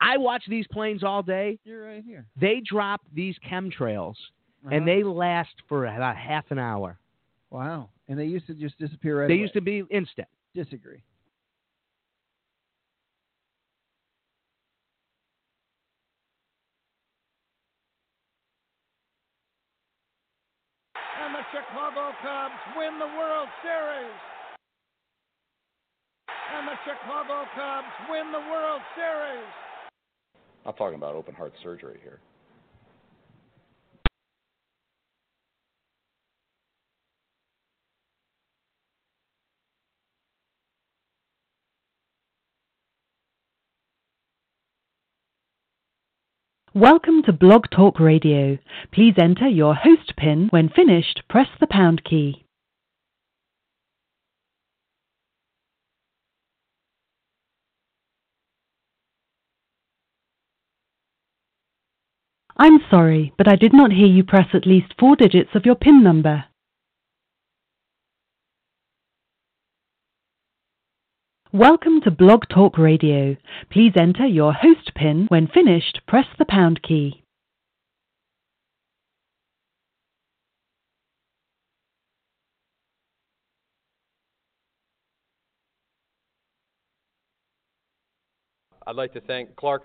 [SPEAKER 3] I watch these planes all day.
[SPEAKER 4] you're right here.
[SPEAKER 3] They drop these chemtrails,
[SPEAKER 4] Uh-huh.
[SPEAKER 3] and they last for about half an hour.
[SPEAKER 4] Wow. And they used to just disappear right
[SPEAKER 3] they
[SPEAKER 4] away.
[SPEAKER 3] used to be instant.
[SPEAKER 4] disagree.
[SPEAKER 12] And the Chicago Cubs win the World Series. And the Chicago Cubs win the World Series.
[SPEAKER 13] I'm talking about open heart surgery here.
[SPEAKER 1] Welcome to Blog Talk Radio. Please enter your host pin. When finished, press the pound key. I'm sorry, but I did not hear you press at least four digits of your PIN number. Welcome to Blog Talk Radio. Please enter your host pin. When finished, press the pound key.
[SPEAKER 14] I'd like to thank Clark